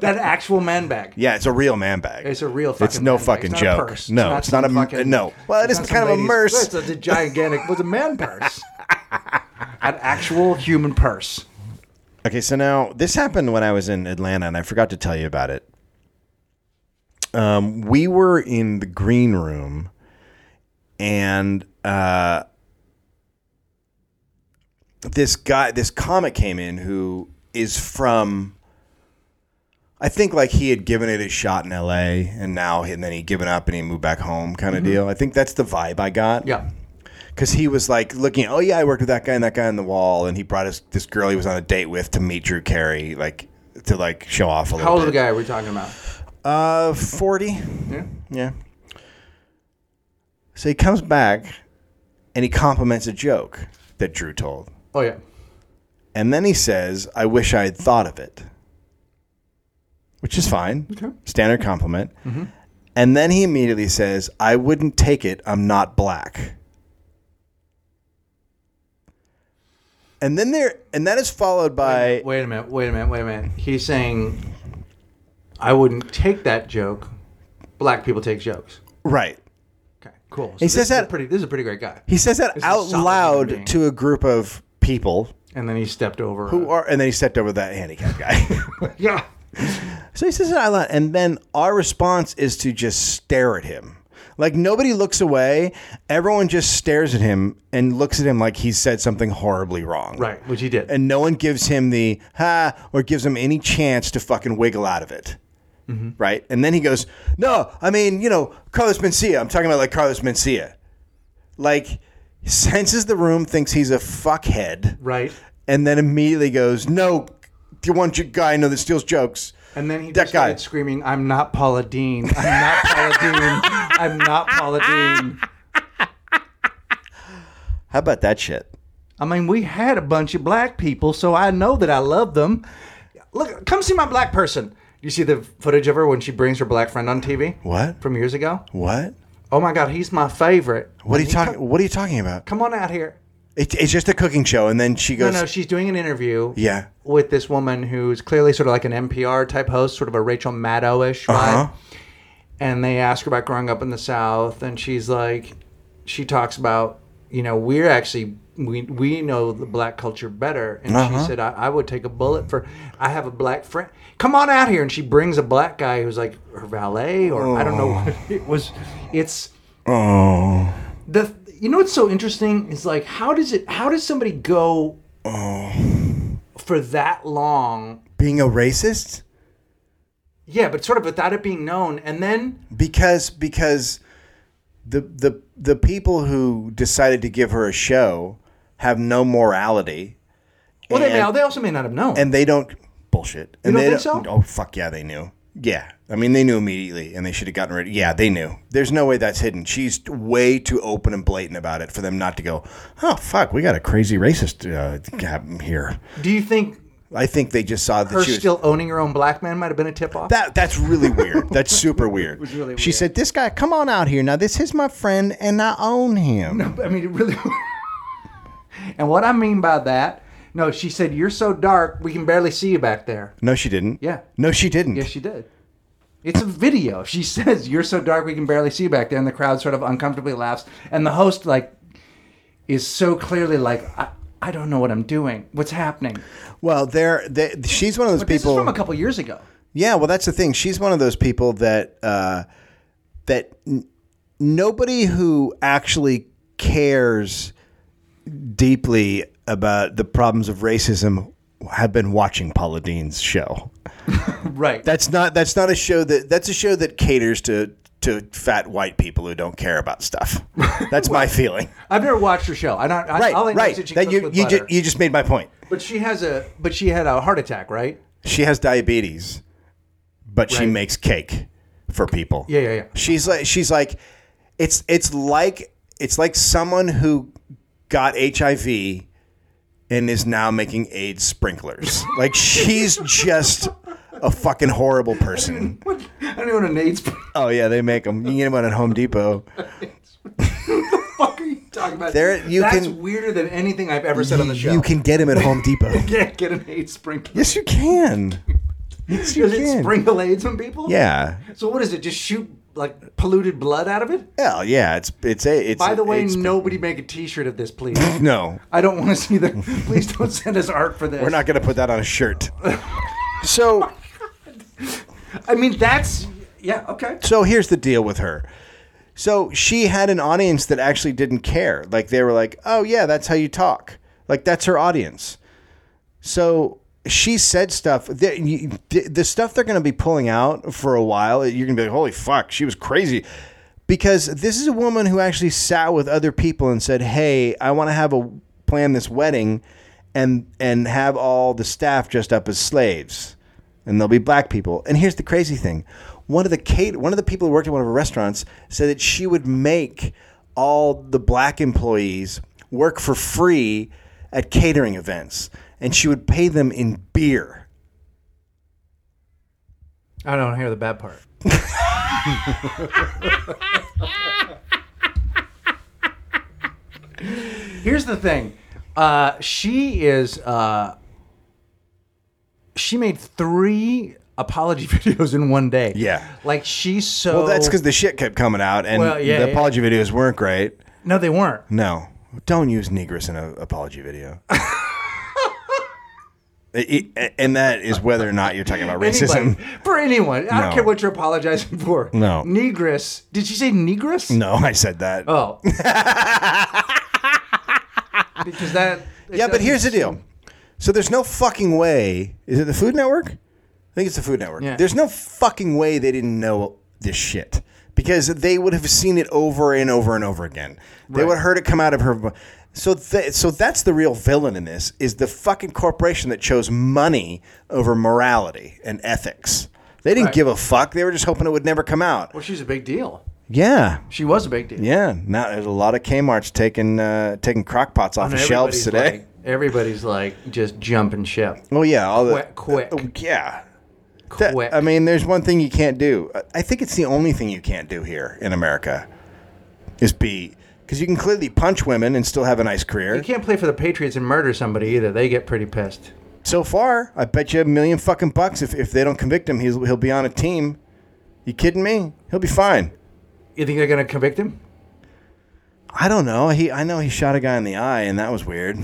[laughs] that actual man bag.
yeah, it's a real man bag.
It's a real fucking.
It's no
man bag.
fucking
not a
joke.
purse.
No, it's not
some
a m- no. Well, it
it's
is
not
kind of
some
a
lady's-
merce.
It's a gigantic. It was a
[laughs]
man purse. An actual human purse.
Okay, so now this happened when I was in Atlanta, and I forgot to tell you about it. Um, we were in the green room, and uh, this guy, this comic came in who is from. I think like he had given it his shot in L.A. and now and then he given up and he moved back home kind of deal. I think that's the vibe I got
Yeah.
"Oh,
How old
bit.
of a guy are we talking about?
Uh, forty.
Yeah.
Yeah. So he comes back, and he compliments a joke that Drew told,
Oh yeah.
and then he says, "I wish I had thought of it," which is fine,
Okay. Mm-hmm.
standard compliment. And then he immediately says, "I wouldn't take it. I'm not black." And then there, and that is followed by
Wait a minute, wait a minute, wait a minute. He's saying, I wouldn't take that joke. Black people take jokes.
right.
Okay, cool.
He
this
says
is a
that-
pretty. This is a pretty great guy.
He says that
This is a
out
solid human
loud
being.
to a group of people
And then he stepped over.
who
a-
are, and then he stepped over that handicapped guy. [laughs]
[laughs] yeah.
So he says it out loud, and then our response is to just stare at him. Like nobody looks away. Everyone just stares at him and looks at him like he said something horribly wrong.
Right, which he did.
And no one gives him the ha or gives him any chance to fucking wiggle out of it.
Mm-hmm.
Right? And then he goes, No, I mean, you know, Carlos Mencia. I'm talking about like Carlos Mencia. Like, senses the room, thinks he's a fuckhead,
right.
and then immediately goes, No, you want your guy I know that steals jokes.
And then he
That
just started
guy.
screaming, "I'm not Paula Dean. I'm not Paula
[laughs]
Dean. I'm not Paula Dean."
How about that shit?
I mean, we had a bunch of black people, so I know that I love them. Look, come see my black person. You see the footage of her when she brings her black friend on TV
What?
from years ago.
What?
Oh my God, he's my favorite.
What are you talking? What are you talking about?
Come on out here.
It, it's just a cooking show, and then she
No,
goes,
no, she's doing an interview.
"Yeah,
with this woman who's clearly sort of like an NPR type host, sort of a Rachel Maddow ish vibe.
Uh-huh.
And they ask her about growing up in the South, and she's like, she talks about, you know, we're actually we we know the black culture better, and
Uh-huh.
she said, I, I would take a bullet for, I have a black friend, come on out here, and she brings a black guy who's like her valet or I don't know, what it was, it's
oh,
the you know what's so interesting is like how does it how does somebody go for that long
being a racist."
Yeah, but sort of without it being known, and then
because because the the the people who decided to give her a show have no morality.
well, they,
and,
may, they also may not have known.
and they don't bullshit. And
don't
they
think so?
Oh fuck yeah, they knew. Yeah, I mean they knew immediately, and they should have gotten rid. Yeah, they knew. There's no way that's hidden. She's way too open and blatant about it for them not to go. Oh fuck, we got a crazy racist uh, happening here.
Do you think
I think they just saw that
her
she was
still owning her own black man might have been a tip off?
That that's really
[laughs]
weird. That's super weird.
really
she said, "This guy, come on out here now. This is my friend, and I own him."
I mean, it really. [laughs] and what I mean by that, no, she said, "You're so dark, we can barely see you back there."
No, she didn't.
Yeah.
No, she didn't.
Yes, she did. It's a video. She [laughs] says, "You're so dark, we can barely see you back there," and the crowd sort of uncomfortably laughs, and the host like is so clearly like, "I, I don't know what I'm doing. What's happening?"
well, there. They, she's one of those
This is
people.
from a couple
[laughs]
years ago.
yeah. Well, that's the thing. She's one of those people that uh, that n- nobody who actually cares deeply about the problems of racism have been watching Paula Dean's show.
Right.
That's not that's not a show that that's a show that caters to to fat white people who don't care about
[laughs]
stuff. That's my feeling.
I've never watched her show. I don't. I,
Right,
all I know
right.
is that she
That
cooks
you
with
you
butter.
just, you just made my point.
but she has a. But she had a heart attack, right?
She has diabetes, but she
Right.
makes cake for people.
Yeah, yeah, yeah.
She's like she's like it's it's like it's like someone who got HIV and is now making AIDS sprinklers. like she's just a fucking horrible person.
[laughs] What? I don't even know what an [laughs] AIDS. What
Oh yeah, they make them. You can get them out at Home Depot.
the fuck are you talking about?
There- you
That's
can-
weirder than anything I've ever said on the show. [laughs]
You can get them at Home Depot.
yeah, get an AIDS sprinkler.
yes, you can. Yes, you
Does it
can.
sprinkle AIDS on people?
yeah.
So what is it? Just shoot like polluted blood out of it?
Hell yeah. It's it's a. It's
By the way,
it's-
nobody make a T-shirt of this, please.
No,
I don't want to see the. [laughs] Please don't send us art for this.
we're not gonna put that on a
[laughs]
shirt. so
I mean, that's yeah. Okay.
so here's the deal with her. So she had an audience that actually didn't care. Like they were like, oh yeah, that's how you talk. Like that's her audience. So she said stuff. The, you- the- the stuff they're going to be pulling out for a while, you're going to be like, holy fuck, she was crazy. Because this is a woman who actually sat with other people and said, hey, I want to have a plan this wedding and and have all the staff dressed up as slaves. And they'll be black people. And here's the crazy thing. One of the cater- one of the people who worked at one of her restaurants said that she would make all the black employees work for free at catering events, and she would pay them in beer.
I don't hear the
[laughs]
bad part. Here's the thing. Uh, she is. Uh, she made three apology [laughs] videos in one day.
Yeah.
Like she's so.
Well, that's because the shit kept coming out, and
Oh. Well, yeah,
the
yeah.
apology videos weren't great.
No, they weren't.
No, don't use Negress in an apology
[laughs]
video. It- it- and that is whether or not you're talking about racism. [laughs]
Anybody, for anyone. I don't
No.
care what you're apologizing for.
No.
Negress. Did you say negress?
No, I said that.
Oh. [laughs] because that. it
yeah, but
doesn't
here's the
seem-
deal. So there's no fucking way. Is it the Food Network? I think it's the Food Network.
Yeah.
There's no fucking way they didn't know this shit because they would have seen it over and over and over again. They would have heard it come out of her. So, th- so that's the real villain in this is the fucking corporation that chose money over morality and ethics. They didn't
Right.
give a fuck. They were just hoping it would never come out.
Well, she's a big deal.
Yeah,
She was a big deal.
yeah. Now there's a lot of Kmart's taking uh, taking crockpots off
And
of
everybody's
shelves today.
Like, everybody's like just jumping ship.
Oh yeah, all the
Quick, quick.
Oh, yeah. That-
Quick.
I mean, there's one thing you can't do. I- I think it's the only thing you can't do here in America is be Because you can clearly punch women and still have a nice career.
You can't play for the Patriots and murder somebody either. They get pretty pissed.
So far, I bet you a million fucking bucks if, if they don't convict him, he'll, he'll be on a team. You kidding me? He'll be fine.
You think they're going to convict him?
I don't know. He I know he shot a guy in the eye and that was weird.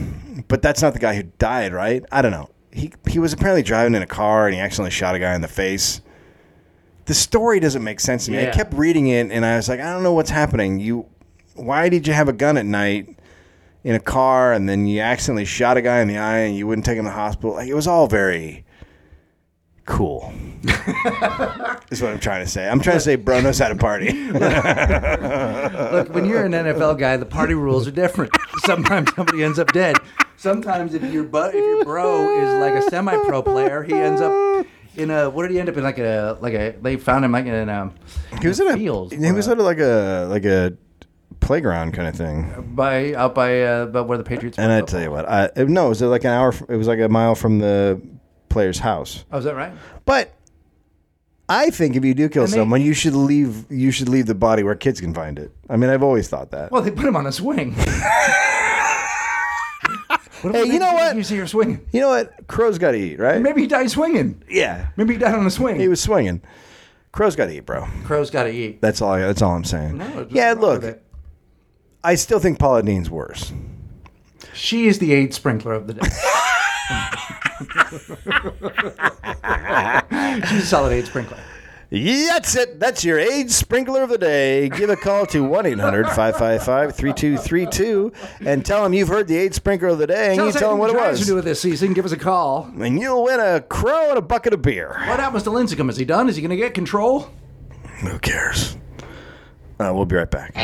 But that's not the guy who died, right? I don't know. He he was apparently driving in a car and he accidentally shot a guy in the face. The story doesn't make sense to me. I
Yeah.
kept reading it and I was like, I don't know what's happening. You why did you have a gun at night in a car and then you accidentally shot a guy in the eye and you wouldn't take him to the hospital? Like, it was all very cool. [laughs] is what I'm trying to say. I'm trying to say bro knows how to party. [laughs]
Look, when you're an NFL guy, the party rules
[laughs]
are different. Sometimes somebody ends up dead. Sometimes if your bu- if your bro is like a semi-pro player, he ends up in a what did he end up in like a like a they found him like in um
He was in a
fields,
He was
but-
at like a like a playground kind of thing.
by out by uh by where the Patriots
And I
were.
tell you what, I no, it was uh, like an hour. f- It was like a mile from the player's house.
Oh, is that right?
But I think if you do kill
And they-
someone, you should leave. You should leave the body where kids can find it. I mean, I've always thought that.
Well, they put him on
[laughs]
a swing. What if
Hey, you know what?
You see her swinging.
you know what? Crow's got to eat, right?
Maybe he died swinging.
Yeah,
Maybe he died on a swing.
he was swinging. Crow's got to eat, bro.
Crow's got to eat.
That's all. I, that's all I'm saying.
No, there's
yeah,
nothing wrong with
look,
it.
I still think Paula Deen's worse.
She is the aid sprinkler
[laughs]
of the day. She's a solid aid sprinkler.
That's it. That's your AIDS sprinkler of the day. Give a call to 1 800 555 3232 and tell them you've heard the AIDS sprinkler of the day and you
us
tell them what it
anything Giants are
was.
doing this season. Give us a call.
And you'll win a crow and a bucket of beer.
What happens to Lincecum? Is he done? Is he going to get control?
Who cares? Uh, we'll be right back.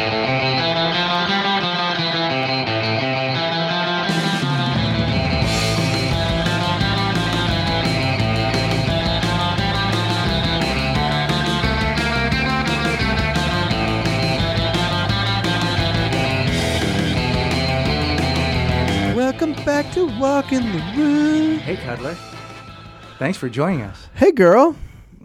Welcome back to Walk in the Room.
Hey, Cuddler. Thanks for joining us.
Hey, girl.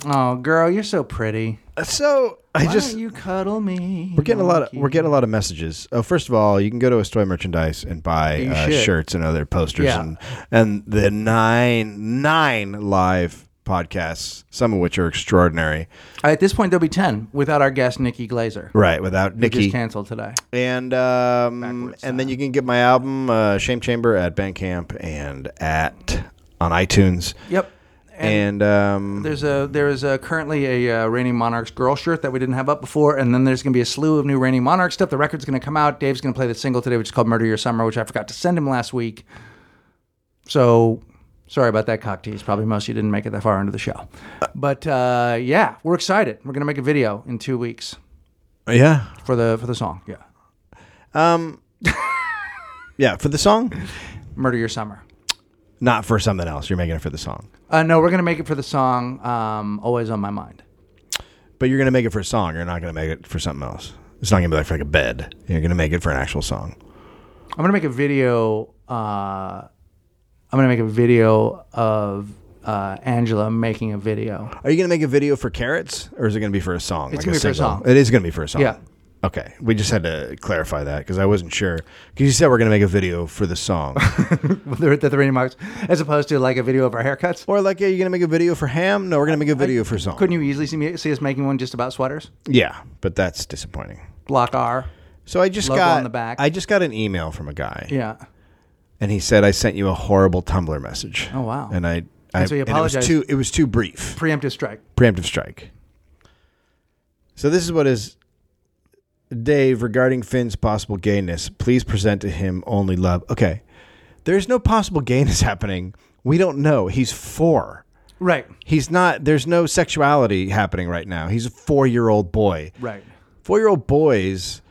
Oh, girl, you're so pretty.
Uh, So I
Why
just
don't you cuddle me?
We're getting a lot. Of, we're getting a lot of messages. Oh, first of all, you can go to Astoy Merchandise and buy
You
uh,
should.
shirts and other posters
Yeah.
and and the nine nine live podcasts, some of which are extraordinary.
At this point, there'll be 10 without our guest, Nikki Glazer.
Right, without
who Just
Nikki,
canceled today.
and um,
Backwards uh,
and then you can get my album uh, Shame Chamber at Bandcamp and at on iTunes.
Yep.
And, um,
There's a there is a, currently a uh, Reigning Monarchs girl shirt that we didn't have up before, and then there's going to be a slew of new Reigning Monarch stuff. The record's going to come out. Dave's going to play the single today, which is called "Murder Your Summer," which I forgot to send him last week. So sorry about that, cock tease. Probably most of you didn't make it that far into the show, but uh, yeah, we're excited. We're going to make a video in two weeks
yeah,
for the for the song. Yeah,
um, [laughs] yeah, for the song,
"Murder Your Summer."
not for something else. You're making it for the song,
Uh, no, we're going to make it for the song um, "Always on My Mind."
but you're gonna make it for a song. You're not gonna make it for something else. It's not gonna be like for like a bed. You're gonna make it for an actual song.
I'm gonna make a video. Uh, I'm gonna make a video of uh, Angela making a video. [laughs]
Are you gonna make a video for carrots, or is it gonna be for a song? It's
gonna be for a song.
It is gonna be for a song.
Yeah.
Okay. We just had to clarify that because I wasn't sure. Because you said we're gonna make a video for the
[laughs]
song,
With the, the three marks, as opposed to like a video of our haircuts.
or like, are you gonna make a video for ham? No, we're gonna make a video for song.
Couldn't you easily see me see us making one just about sweaters?
yeah, but that's disappointing.
Block R.
So I just
Logo
got
on the back.
I just got an email from a guy,
Yeah.
and he said I sent you a horrible Tumblr message.
Oh, wow.
And I. I,
so you
and It was
apologized.
too. It was too brief.
Preemptive strike.
preemptive strike. So this is what is Dave regarding Finn's possible gayness. Please present to him only love. Okay, there's no possible gayness [laughs] happening. We don't know. He's four.
Right.
He's not. There's no sexuality happening right now. He's a four-year-old boy.
Right.
Four-year-old boys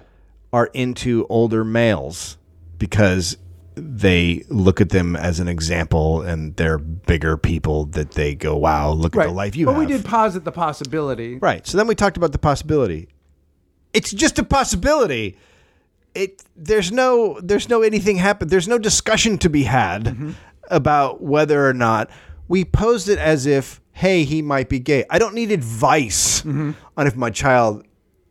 are into older males because they look at them as an example, and they're bigger people that they go, "Wow, look
Right.
at the life you
but
have."
we did posit the possibility.
Right. So then we talked about the possibility. It's just a possibility. It there's no there's no anything happen. There's no discussion to be had about whether or not we posed it as if hey he might be gay. I don't need advice on if my child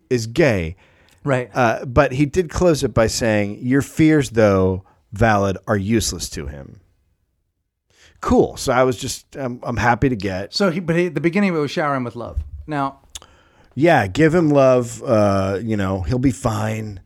is gay.
Right.
Uh, but he did close it by saying, Your fears, though valid, are useless to him. Cool. So I was just, um, I'm happy to get.
so he, but he, at the beginning we were showering with love. Now,
Yeah, give him love. Uh, you know, he'll be fine.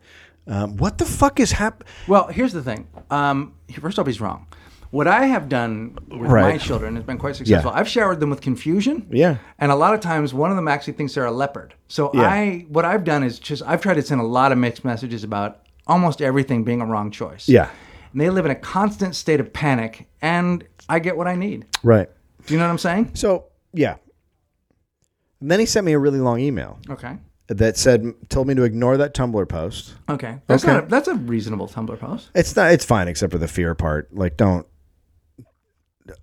Um, what the fuck is happening?
well, here's the thing. Um, first off, he's wrong. What I have done with my
Right.
children has been quite successful. I've showered them with confusion.
Yeah.
And a lot of times, one of them actually thinks they're a leopard. So
Yeah.
I, what I've done is just I've tried to send a lot of mixed messages about almost everything being a wrong choice.
Yeah.
And they live in a constant state of panic, and I get what I need.
Right.
Do you know what I'm saying?
So, yeah. And then he sent me a really long email
Okay.
that said, told me to ignore that Tumblr post.
Okay. That's
Okay.
not a, that's a reasonable Tumblr post.
It's not. It's fine, except for the fear part. Like, don't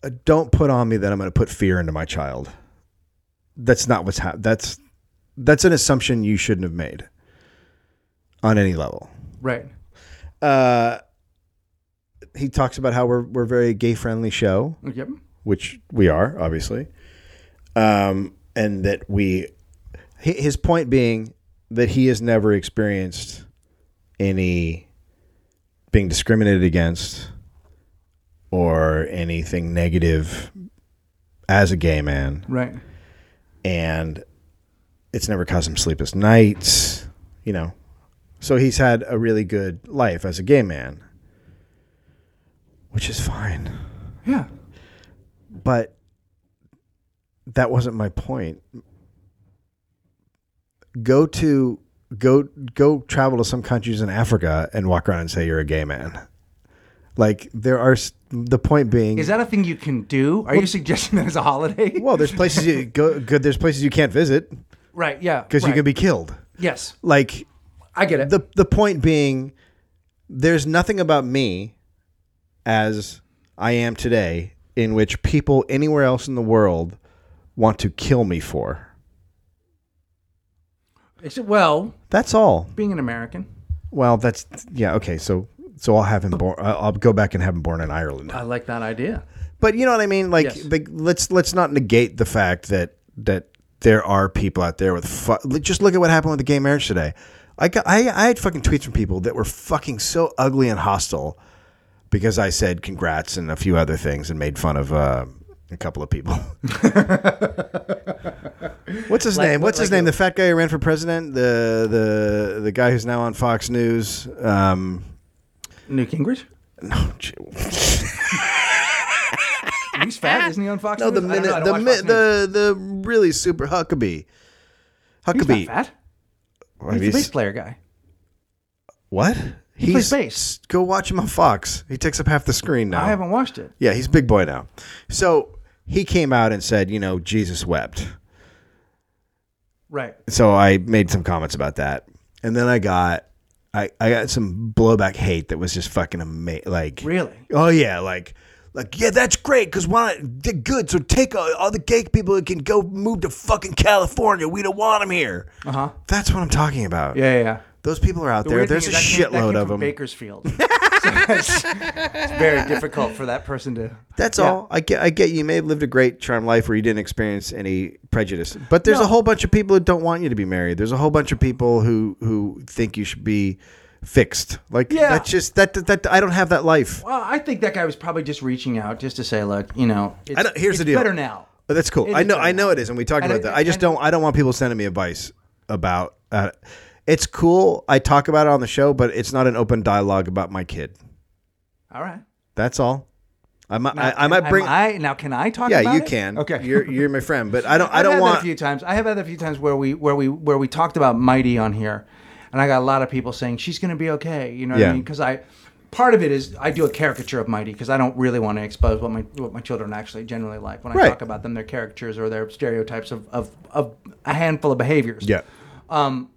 uh, don't put on me that I'm going to put fear into my child. That's not what's happened. That's that's an assumption you shouldn't have made on any level.
Right.
Uh, he talks about how we're we're a very gay friendly show,
Yep.
which we are obviously, um, and that we. hi- His point being that he has never experienced any being discriminated against or anything negative as a gay man,
Right.
and it's never caused him sleepless nights, you know. So he's had a really good life as a gay man, which is fine
Yeah.
but that wasn't my point go to go go travel to some countries in africa and walk around and say you're a gay man like there are s- the point being
Is that a thing you can do? Are you suggesting that as a
[laughs]
holiday?
well there's places you go good there's places you can't visit
right. Yeah.
because you can be killed
Yes.
like
I get it.
the the point being there's nothing about me as I am today in which people anywhere else in the world want to kill me for.
Except- well,
That's all.
being an American,
Well, that's yeah, okay. So so I'll have him born I'll I'll go back and have him born in Ireland.
I like that idea.
But you know what I mean? Like,
Yes.
like let's let's not negate the fact that that there are people out there with fu- like, just look at what happened with the gay marriage today. I got I, I had fucking tweets from people that were fucking so ugly and hostile because I said congrats and a few other things and made fun of uh, a couple of people. [laughs] What's his name? What's his name? The fat guy who ran for president. The the the guy who's now on Fox News. Um,
Newt Gingrich.
no, gee,
He's fat, isn't he on Fox?
No, Oh, the
News? I don't know, I
minute
don't
the
watch
mi-
Fox News.
the the really super Huckabee.
He's
Huckabee.
not fat.
Well,
He's the
he's-
bass player guy.
what? He's
bass.
Go watch him on Fox. He takes up half the screen now.
I haven't watched it.
Yeah, he's big boy now. So he came out and said, you know, Jesus wept.
Right.
So I made some comments about that, and then I got. I, I got some blowback hate that was just fucking amazing. Like,
Really?
Oh yeah, like like yeah, that's great because why not? They're good. So take all, all the gay people that can go move to fucking California. We don't want them here.
Uh huh.
That's what I'm talking about.
Yeah, yeah, yeah.
Those people are out
The
there.
weird thing
There's a
is that came- that
shitload
came
of
from
them.
Bakersfield. [laughs] So it's, it's very difficult for that person to.
That's all. I get. I get. You may have lived a great, charmed life where you didn't experience any prejudice, but there's
No.
a whole bunch of people who don't want you to be married. There's a whole bunch of people who who think you should be fixed. Like
Yeah.
that's just that, that that I don't have that life.
Well, I think that guy was probably just reaching out just to say, look, you know, it's,
I don't- here's
it's
the deal.
better now.
But that's cool.
It
I
is
know.
better
I know it is, and we talked
And
about
it-
that. I just
and-
don't. I don't want people sending me advice about. Uh, it's cool. I talk about it on the show, but it's not an open dialogue about my kid.
All right.
That's all. I might.
Now,
I, I might
am
bring.
I now. Can I talk?
yeah,
about
you
it?
can.
Okay.
you're you're my friend, but I don't. I
I've
don't
had
want.
that a few times. I have had that a few times where we where we where we talked about Mighty on here, and I got a lot of people saying she's going to be okay. You know what I
Yeah.
mean? Because I part of it is I do a caricature of Mighty because I don't really want to expose what my what my children actually generally like when I
Right.
talk about them, their caricatures or their stereotypes of of, of a handful of behaviors.
yeah.
Um,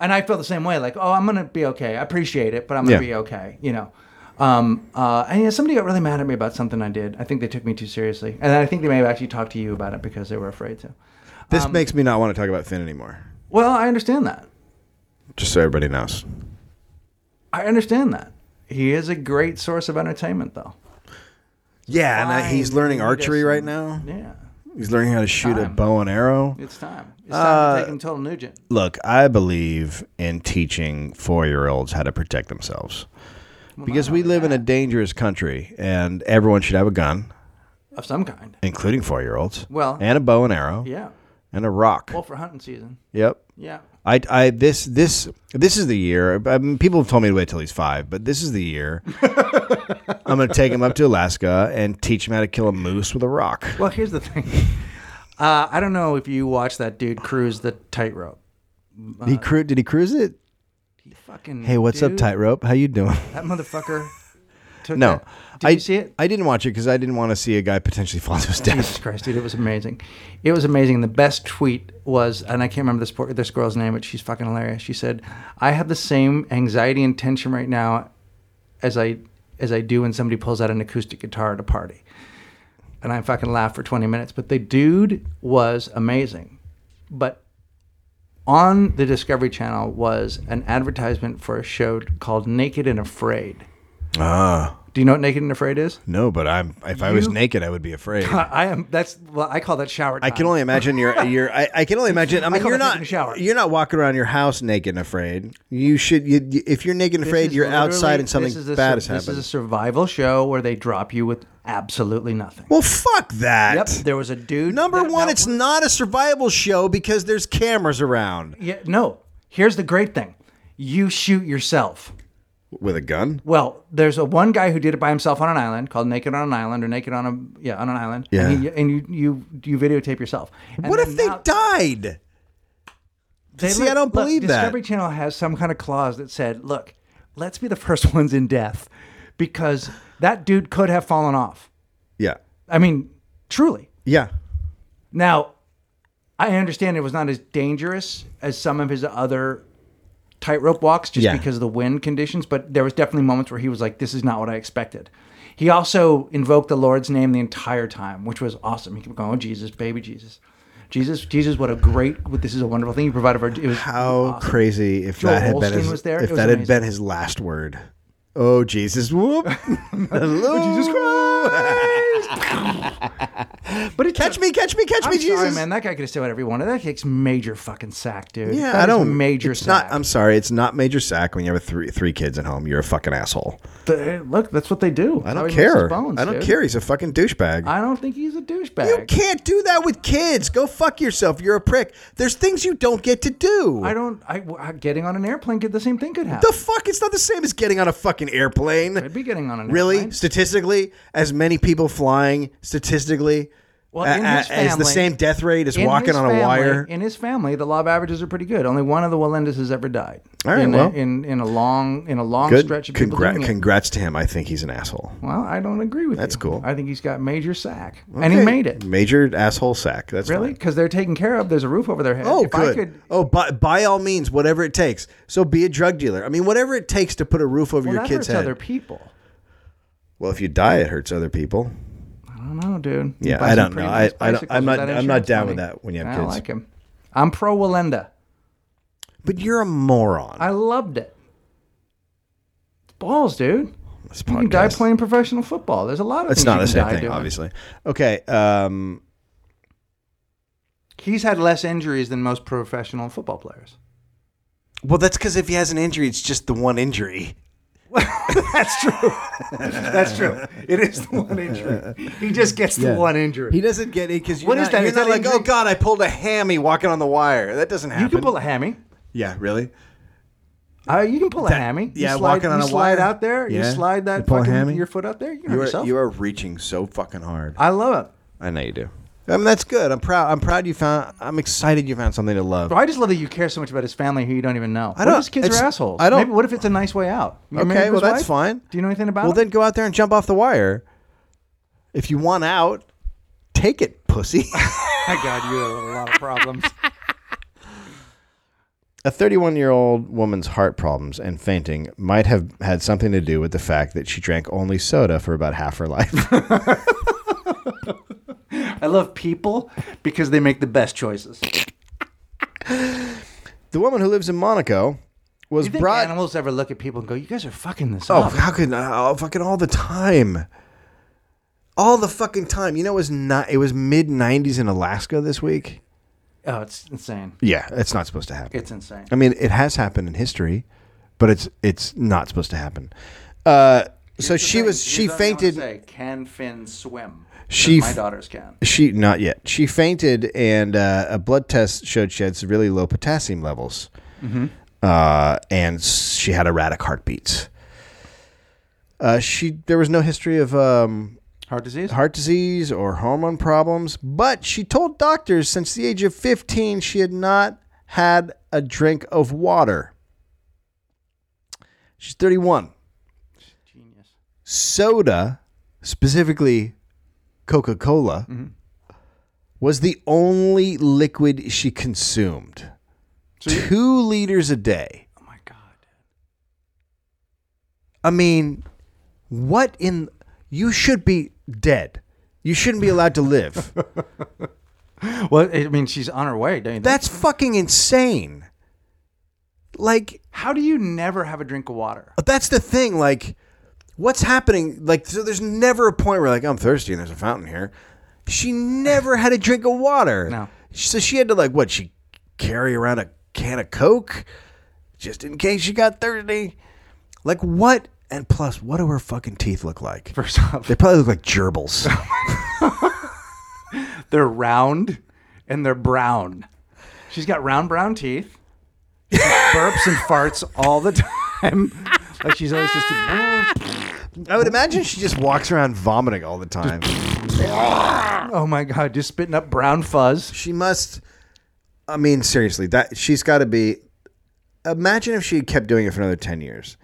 and I feel the same way. Like, oh, I'm gonna be okay. I appreciate it, but I'm gonna
Yeah.
be okay. You know. Um, uh, and you know, somebody got really mad at me about something I did. I think they took me too seriously, and I think they may have actually talked to you about it because they were afraid to.
This makes me not want to talk about Finn anymore.
Well, I understand that.
Just so everybody knows.
I understand that. He is a great source of entertainment, though.
Yeah, and I, he's
Fine,
learning
he
archery
doesn't-
right now.
Yeah.
He's learning how to shoot a
time.
bow and arrow.
It's time. It's time to
Uh,
take Until Nugent.
Look, I believe in teaching four year olds how to protect themselves because we live in a dangerous country and everyone should have a gun,
of some kind.
including four year olds.
Well-
and a bow and arrow
Yeah.
and a rock.
Well, for hunting season.
yep.
Yeah.
I, I this this this is the year. I mean, people have told me to wait till he's five, but this is the
[laughs]
year. I'm going to take him up to Alaska and teach him how to kill a moose with a rock.
Well, here's the thing. [laughs] Uh, I don't know if you watch that dude cruise the tightrope.
he cru- did he cruise it?
He fucking.
Uh, Hey, what's up,
dude,
tightrope? How you doing? [laughs]
That motherfucker. Took
No,
that- Did
I
you see it?
I didn't watch it because I didn't want to see a guy potentially fall to his death.
Jesus Christ, dude, it was amazing. It was amazing. The best tweet was, and I can't remember this por- this girl's name, but she's fucking hilarious. She said, "I have the same anxiety and tension right now as I as I do when somebody pulls out an acoustic guitar at a party." And I fucking laughed for 20 minutes, but the dude was amazing. But on the Discovery Channel was an advertisement for a show called Naked and Afraid.
Ah,
Do you know what Naked and Afraid is?
no, but I'm if I was
You-
naked, I would be afraid.
[laughs] I am. That's. Well, I call that shower.
I
time.
can only imagine
[laughs]
you're you're I, I can only imagine. I mean,
call
you're
it taking
not
a shower.
you're not walking around your house naked and afraid. You should you, you- if you're naked and afraid,
is
you're outside
literally-
and something
this is a
bad
sur-
has happened.
This is a survival show where they drop you with absolutely nothing.
well, fuck that.
Yep, there was a dude.
Number
that-
one,
now-
it's not a survival show because there's cameras around
yeah, no. Here's the great thing: you shoot yourself.
with a gun.
Well, there's a one guy who did it by himself on an island called "Naked on an Island" or "Naked on a yeah on an island."
Yeah.
and, he, and you you you videotape yourself. And
what
then
if they
now-
died?
They
See,
look-
I don't
look,
believe that.
Discovery Channel has some kind of clause that said, "Look, let's be the [laughs] first ones in death," because that dude could have fallen off.
Yeah,
I mean, truly.
yeah.
Now, I understand it was not as dangerous as some of his other tightrope walks just
Yeah.
because of the wind conditions, but there was definitely moments where he was like, this is not what I expected. He also invoked the Lord's name the entire time, which was awesome. He kept going, oh, Jesus, baby Jesus. Jesus, Jesus, what a great, this is a wonderful thing you provided for. It was
How
awesome.
crazy if
Joel
that had been
Olstein
his,
was there.
if
It was
that had
amazing.
been his last word. Oh Jesus!
[laughs]
Whoop! [laughs] Hello, Jesus
But it
Catch me! Catch me! Catch
I'm
me, Jesus!
sorry, man. That guy could have said whatever he wanted. That takes major fucking sack, dude.
Yeah,
That
I
is
don't.
major
it's
sack.
Not, I'm sorry, it's not major sack when you have three three kids at home. You're a fucking asshole.
Th- look, that's what they do.
I don't care. I don't care. He's a fucking douchebag.
I don't think he's a
you
douchebag.
can't do that with kids. Go fuck yourself. You're a prick. There's things you don't get to do.
I don't. I, I- getting on an airplane, could the same thing could happen.
the fuck? It's not the same as getting on a fucking airplane.
I'd be getting on an
Really?
airplane.
Statistically, as many people flying statistically
Well,
a-
in his
a- as the
family-
same death rate as
In
walking
his
on a
family-
wire.
In his family, the law of averages are pretty good. Only one of the Walendis has ever died.
All right,
in
well.
a, in in a long in a long
Good.
stretch of people
Congra-
doing it.
congrats to him. I think he's an asshole.
Well, I don't agree with
That's
you.
cool.
I think he's got major sack, and he
Okay.
made it.
Major asshole sack. That's
Really?
fine.
Because they're taken care of. There's a roof over their head.
Oh,
if I
good.
could,
oh, by, by all means, whatever it takes. So be a drug dealer. I mean, whatever it takes to put a roof over
well,
your
that
kid's
hurts
head.
other people.
well, if you die, it hurts other people.
I don't know, dude. You
Yeah,
buy
I
some
don't
pretty
know.
nice
I- I don't-
bicycles
I'm
with
not-
that
I'm not
insurance
down
money.
with that when you have
I
kids.
like him. I'm pro Walenda.
But you're a moron.
I loved it. Balls, dude.
This
You can die
podcast.
playing professional football. There's a lot of
It's
things
not the
you can
same
die
thing,
doing.
obviously. Okay. Um,
He's had less injuries than most professional football players.
well, that's because if he has an injury, it's just the one injury.
[laughs] That's true. [laughs] That's true. It is the one injury. He just gets the one injury.
He doesn't get it because
What
not,
is that?
You're
Is
not
that
like,
injury-
oh god, I pulled a hammy walking on the wire. That doesn't happen.
you can pull a hammy.
yeah, really.
Uh, you can pull a hammy. You
yeah,
slide,
walking on
you
a
slide
wire.
out there.
Yeah.
You slide that
You pull a
fucking,
hammy.
your foot out there. You can hurt
You are,
yourself.
you are reaching so fucking hard.
I love it.
I know you do. I mean, that's good. I'm proud. I'm proud you found. I'm excited you found something to love.
But I just love that you care so much about his family who you don't even know. I
don't-
What if his kids
it's-
are assholes?
I don't-
Maybe, what if it's a nice way out? You married
okay,
to
well
his
that's
wife?
fine.
Do you know anything about
Well,
him?
then go out there and jump off the wire. If you want out, take it, pussy. [laughs]
[laughs] My God, you have a lot of problems.
A 31 year old woman's heart problems and fainting might have had something to do with the fact that she drank only soda for about half her life. [laughs]
I love people because they make the best choices.
the woman who lives in Monaco was
You think
brought.
animals ever Oh. look at people and go, "You guys are fucking this
oh,
up"?
how could I? Oh, fucking all the time. all the fucking time. You know, it was not. It was mid '90s in Alaska this week.
Oh, it's insane.
Yeah, it's not supposed to happen.
It's insane.
I mean, it has happened in history, but it's it's not supposed to happen. Uh, so she was she fainted.
Say, can Finn swim? 'Cause
She
my
f-
daughters can.
She not yet. She fainted, and uh, a blood test showed she had really low potassium levels,
Mm-hmm.
uh, and s- she had erratic heartbeats. Uh, she there was no history of um,
Heart disease.
heart disease or hormone problems, but she told doctors since the age of fifteen she had not had a drink of water. She's thirty one.
Genius.
Soda, specifically Coca Cola.
Mm-hmm.
was the only liquid she consumed.
So you-
Two liters a day.
oh my god.
I mean, what in. You should be dead. You shouldn't be allowed to
[laughs]
live.
Well, I mean, she's on her way. Don't you think?
That's fucking insane. Like,
How do you never have a drink of water?
that's the thing. Like, what's happening? Like, so there's never a point where, like, I'm thirsty and there's a fountain here. She never had a drink of water.
No.
So she had to, like, what? She carry around a can of Coke just in case she got thirsty. Like, what? And plus, what do her fucking teeth look like?
First off,
They probably look like gerbils.
they're round and they're brown. She's got round brown teeth. She [laughs] burps and farts all the [laughs] time. Like she's always just
[laughs]
[laughs]
I would imagine she just walks around vomiting all the time.
oh my god, just spitting up brown fuzz.
She must. I mean, seriously, that she's got to be. Imagine if she had kept doing it for another ten years.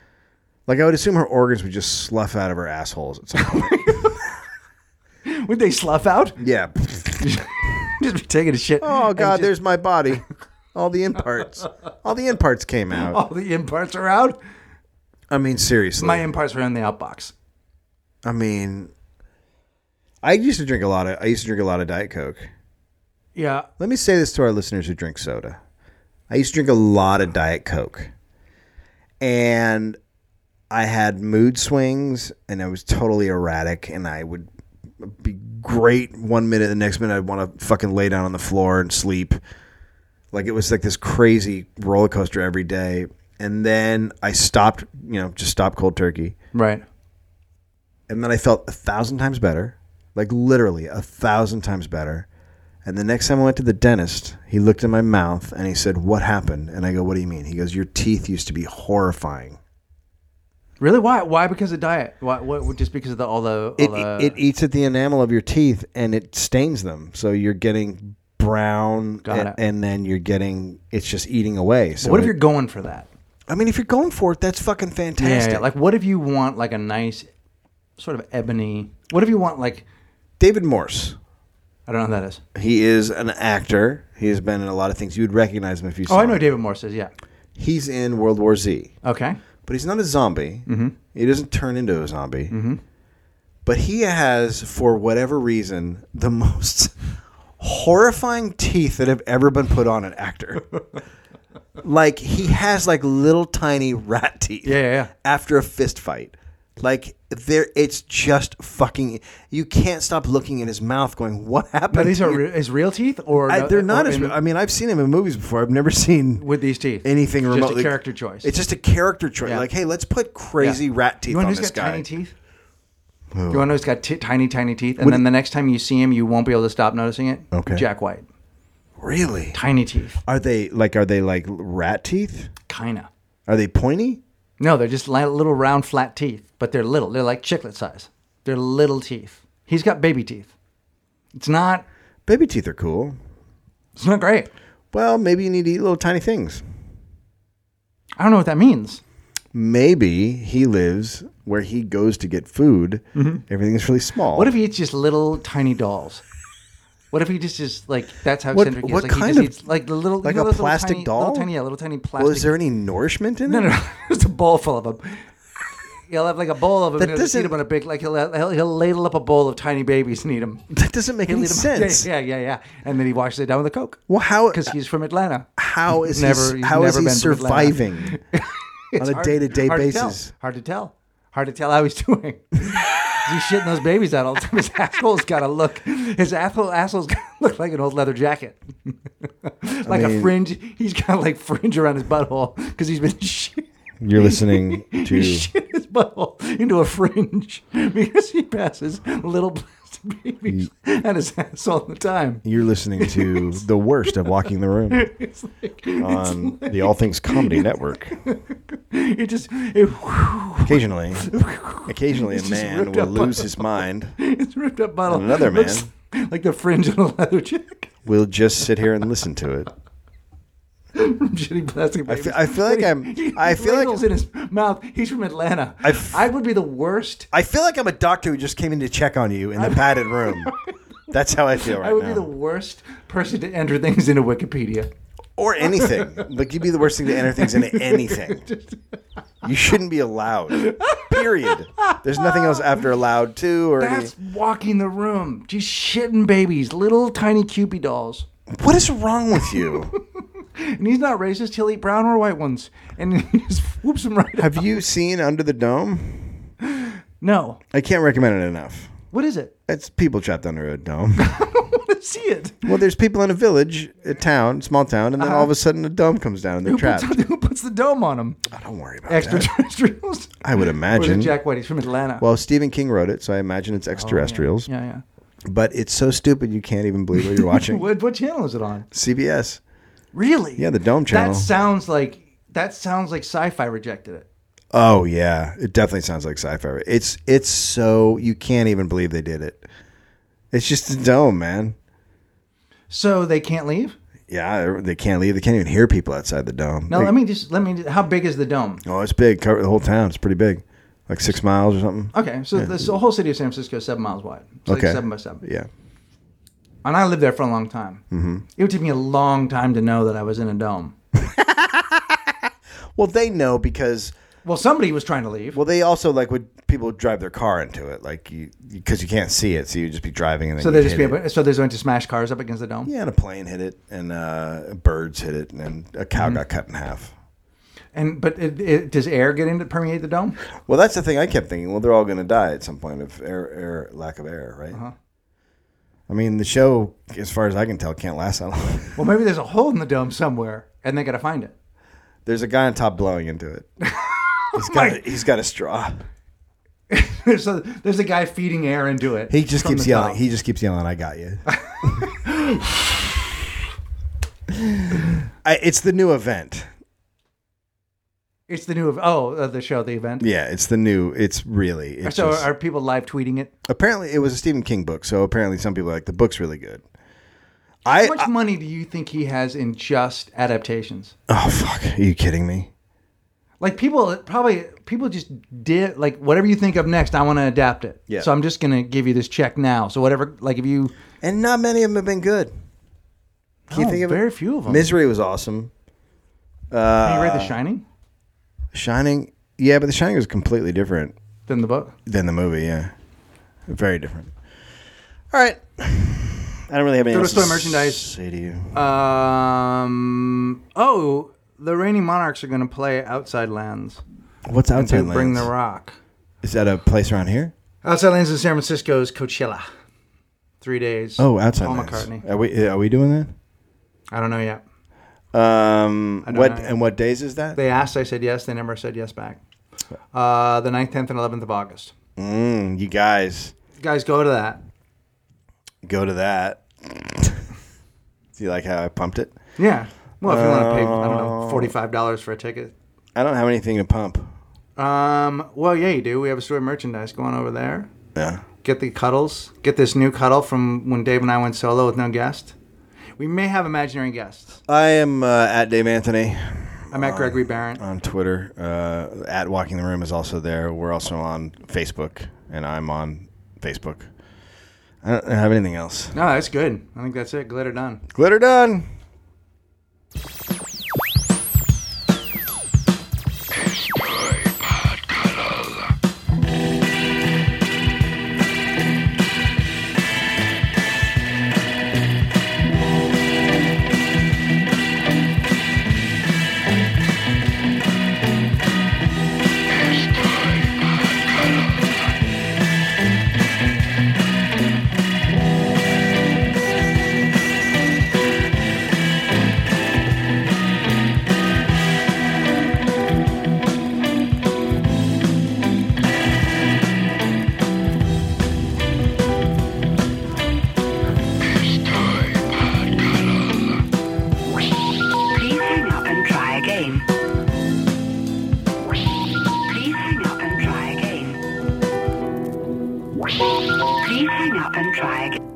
Like I would assume her organs would just slough out of her assholes at some point.
Would they slough out? [laughs]
yeah.
Just be taking a shit.
[laughs] Oh
and
God,
just-
there's my body. All the end parts. All the end parts came
[laughs]
out.
all the imparts are out.
I mean, seriously.
My imparts are in the outbox.
I mean, I used to drink a lot of. I used to drink a lot of Diet Coke.
Yeah.
Let me say this to our listeners who drink soda. I used to drink a lot of Diet Coke. And I had mood swings and I was totally erratic and I would be great one minute, the next minute I'd want to fucking lay down on the floor and sleep. Like it was like this crazy roller coaster every day. And then I stopped, you know, just stopped cold turkey.
Right.
And then I felt a thousand times better, like literally a thousand times better. And the next time I went to the dentist, he looked in my mouth and he said, What happened? And I go, What do you mean? He goes, Your teeth used to be horrifying.
Really? Why? Why? Because of diet? Why? What? Just because of the, all the all
It,
the
it eats at the enamel of your teeth and it stains them. So you're getting brown
Got
and,
it.
and then you're getting, it's just eating away. So
What if
it-
you're going for that?
I mean, if you're going for it, that's fucking
Yeah,
fantastic.
yeah, Like, what if you want like a nice, sort of ebony? What if you want like
David Morse,
I don't know who that is.
he is an actor. He has been in a lot of things. You would recognize him if you saw
Oh, I know
him.
who David Morse is. Yeah.
He's in World War Z.
Okay.
but he's not a zombie.
Mm-hmm.
He doesn't turn into a zombie. But he has, for whatever reason, the [laughs] most horrifying teeth that have ever been put on an
[laughs]
actor. like he has like little tiny rat teeth.
Yeah, yeah, yeah.
After a fist fight, like there, it's just fucking. You can't stop looking at his mouth, going, "What happened?"
But these
to
are
you?"
re- his real teeth, or
I,
no-
they're not
or
as.
in-
I mean, I've seen him in movies before. I've never seen
with these teeth.
anything
Just a
remotely
character choice.
It's just a character choice.
Yeah.
Like, hey, let's put crazy
Yeah.
rat teeth
you want
on
who's
this
got
guy.
tiny teeth? You want to know who's got t- tiny, tiny teeth? And then the next time you see him, you won't be able to stop noticing it.
Okay.
Jack White,
Really?
tiny teeth,
Are they like? Are they like rat teeth?
kinda.
Are they pointy?
No, they're just li- little round, flat teeth, but they're little. They're like chiclet size. They're little teeth. He's got baby teeth. It's not.
Baby teeth are cool.
It's not great.
Well, maybe you need to eat little tiny things.
I don't know what that means.
Maybe he lives where he goes to get food. Everything is really small.
Mm-hmm. What if he eats just little tiny dolls? What if he just is like that's how
What-
eccentric he
what
is? Like
kind
he just
of-
eats like the little
like
you know
a
those little
plastic
tiny-
doll?
little tiny, yeah, little tiny plastic.
Well, is there any nourishment in
No,
it?
no, no. [laughs] just a bowl full of them. He'll have like a bowl of them.
That
and he'll just eat
doesn't-
them on a big like he'll, he'll he'll ladle up a bowl of tiny babies and eat them.
That doesn't make any sense.
[laughs] Yeah, yeah, yeah. And then he washes it down with a coke
Well, how
because he's from Atlanta.
how is
Never-
he,
he's
how is
never
he
been to Atlanta. [laughs]
surviving on a
Hard-
day to day
hard to tell.
basis?
hard to tell. Hard to tell how he's [laughs] doing. He's shitting those babies out all the time. His asshole's got to look. His asshole, asshole's got to [laughs] look like an old leather jacket, [laughs] like
mean-
a fringe. He's got like fringe around his butthole because he's been [laughs] shit,
You're
[laughs]
listening to
shit his butthole into a fringe [laughs] because he passes little plastic [laughs] babies at his ass all the time. [laughs]
you're listening to the worst of walking the room
It's like
on the All Things Comedy Network.
it just it, [laughs]
Occasionally, occasionally a
It's just
man
ripped
will
up.
lose his mind.
[laughs] it's ripped up butthole.
Another
Looks like the fringe on a leather jacket. [laughs]
We'll just sit here and listen to it.
from shitty plastic babies.
feel- I feel like
But he-
I'm-
[laughs] He
I feel like-
ladles in his mouth. He's from Atlanta. I
f-
would be the worst.
I feel like I'm a doctor who just came in to check on you in the padded room. That's how I feel right
I would
now.
be the worst person to enter things into Wikipedia.
or anything. Like you'd be the worst thing to enter things into [laughs] anything. You shouldn't be allowed. Period. There's nothing else after allowed to or any.
That's walking the room, just shitting babies, little tiny Cupid dolls.
What is wrong with you?
And he's not racist. He'll eat brown or white ones, and [laughs] he just whoops them right up.
Have you seen Under the Dome?
No,
I can't recommend it enough.
what is it? [laughs]
It's people trapped under a dome. [laughs]
I want to see it.
well, there's people in a village, a town, small town, and then all of a sudden a dome comes down and they're
Uh-huh. Who puts,
trapped.
who puts the dome on him?
Don't worry about that.
Extraterrestrials. [laughs]
I would
Or is it
imagine.
Jack White? He's from Atlanta.
Well, Stephen King wrote it, so I imagine it's extraterrestrials.
yeah, yeah.
But it's so stupid you can't even believe what
[laughs]
you're watching.
What, what channel is it on?
CBS.
Really?
Yeah, the Dome Channel.
That sounds like that sounds like sci-fi rejected it.
Oh yeah, it definitely sounds like sci-fi. It's it's so you can't even believe they did it. It's just a dome, man.
So they can't leave.
Yeah, they can't leave. They can't even hear people outside the dome.
Now
They-
let me just let me. How big is the dome?
oh, it's big. Cover the whole town. It's pretty big, like six miles or something.
Okay, so this the whole city of San Francisco is seven miles wide. It's
Okay.
like seven by seven.
Yeah,
And I lived there for a long time. Mm-hmm. It would take me a long time to know that I was in a dome.
Well, they know because
Well, somebody was trying to leave.
well, they also like would people would drive their car into it, like you because you can't see it, so you just be driving and then
so
you'd
they just be
hit it.
able, so there's going to smash cars up against the dome.
yeah, and a plane hit it, and uh, birds hit it, and then a cow
Mm-hmm.
got cut in half.
And but it, it, does air get into permeate the dome?
Well, that's the thing I kept thinking. Well, they're all going to die at some point of air, air lack of air, right?
Uh-huh.
I mean, the show, as far as I can tell, can't last that long. [laughs]
Well, maybe there's a hole in the dome somewhere, and they got to find it. [laughs]
There's a guy on top blowing into it. He's got, a, he's got a straw.
there's a there's a guy feeding air into it.
He just
from
keeps
the
yelling.
top.
He just keeps yelling. I got you. I, it's the new event.
It's the new oh uh, the show the event.
Yeah, it's the new. It's really. It's
So
just-
are people live tweeting it?
apparently, it was a Stephen King book. So apparently, some people are like the book's really good. I,
How much money do you think he has in just adaptations?
oh fuck! Are you kidding me?
Like people probably people just did like whatever you think of next, I want to adapt it.
Yeah.
So I'm just gonna give you this check now. So whatever, like if you
And not many of them have been good. Can
No,
you think of
Oh, very
it?
few of them.
Misery was awesome.
Have you read
Uh,
The Shining
Shining, yeah, but The Shining was completely different
than the book?
than the movie. Yeah, very different. All right, I don't really have any.
Go to
else
store
s-
merchandise. Uh,
Say to you,
Um. Oh, the reigning monarchs are gonna play Outside Lands.
what's outside
to Bring
lands?
the rock.
Is that a place around here?
Outside Lands in San Francisco's Coachella. Three days.
Oh, outside
Paul
lands.
McCartney.
Are we eh, are we doing
I don't know yet.
that? Um,
I don't
what
know.
and what days is that?
They asked, I said yes. They never said yes back. Uh, the 9th, 10th, and 11th of August.
Mm, you guys
Guys, go to that.
go to [laughs] that. Do you like how I pumped it?
Yeah. Well, if you want to pay, I don't know, forty-five dollars for a ticket.
I don't have anything to pump.
Um. Well, yeah, you do. We have a store of merchandise going over there.
Yeah.
Get the cuddles. Get this new cuddle from when Dave and I went solo with no guest. We may have imaginary guests.
I am uh, at Dave Anthony
I'm at Gregory Barron.
on Twitter. Uh, at Walking the Room is also there. We're also on Facebook, and I'm on Facebook. I don't have anything else.
No, that's good. I think that's it. Glitter done.
Glitter done.
Please hang up and try again.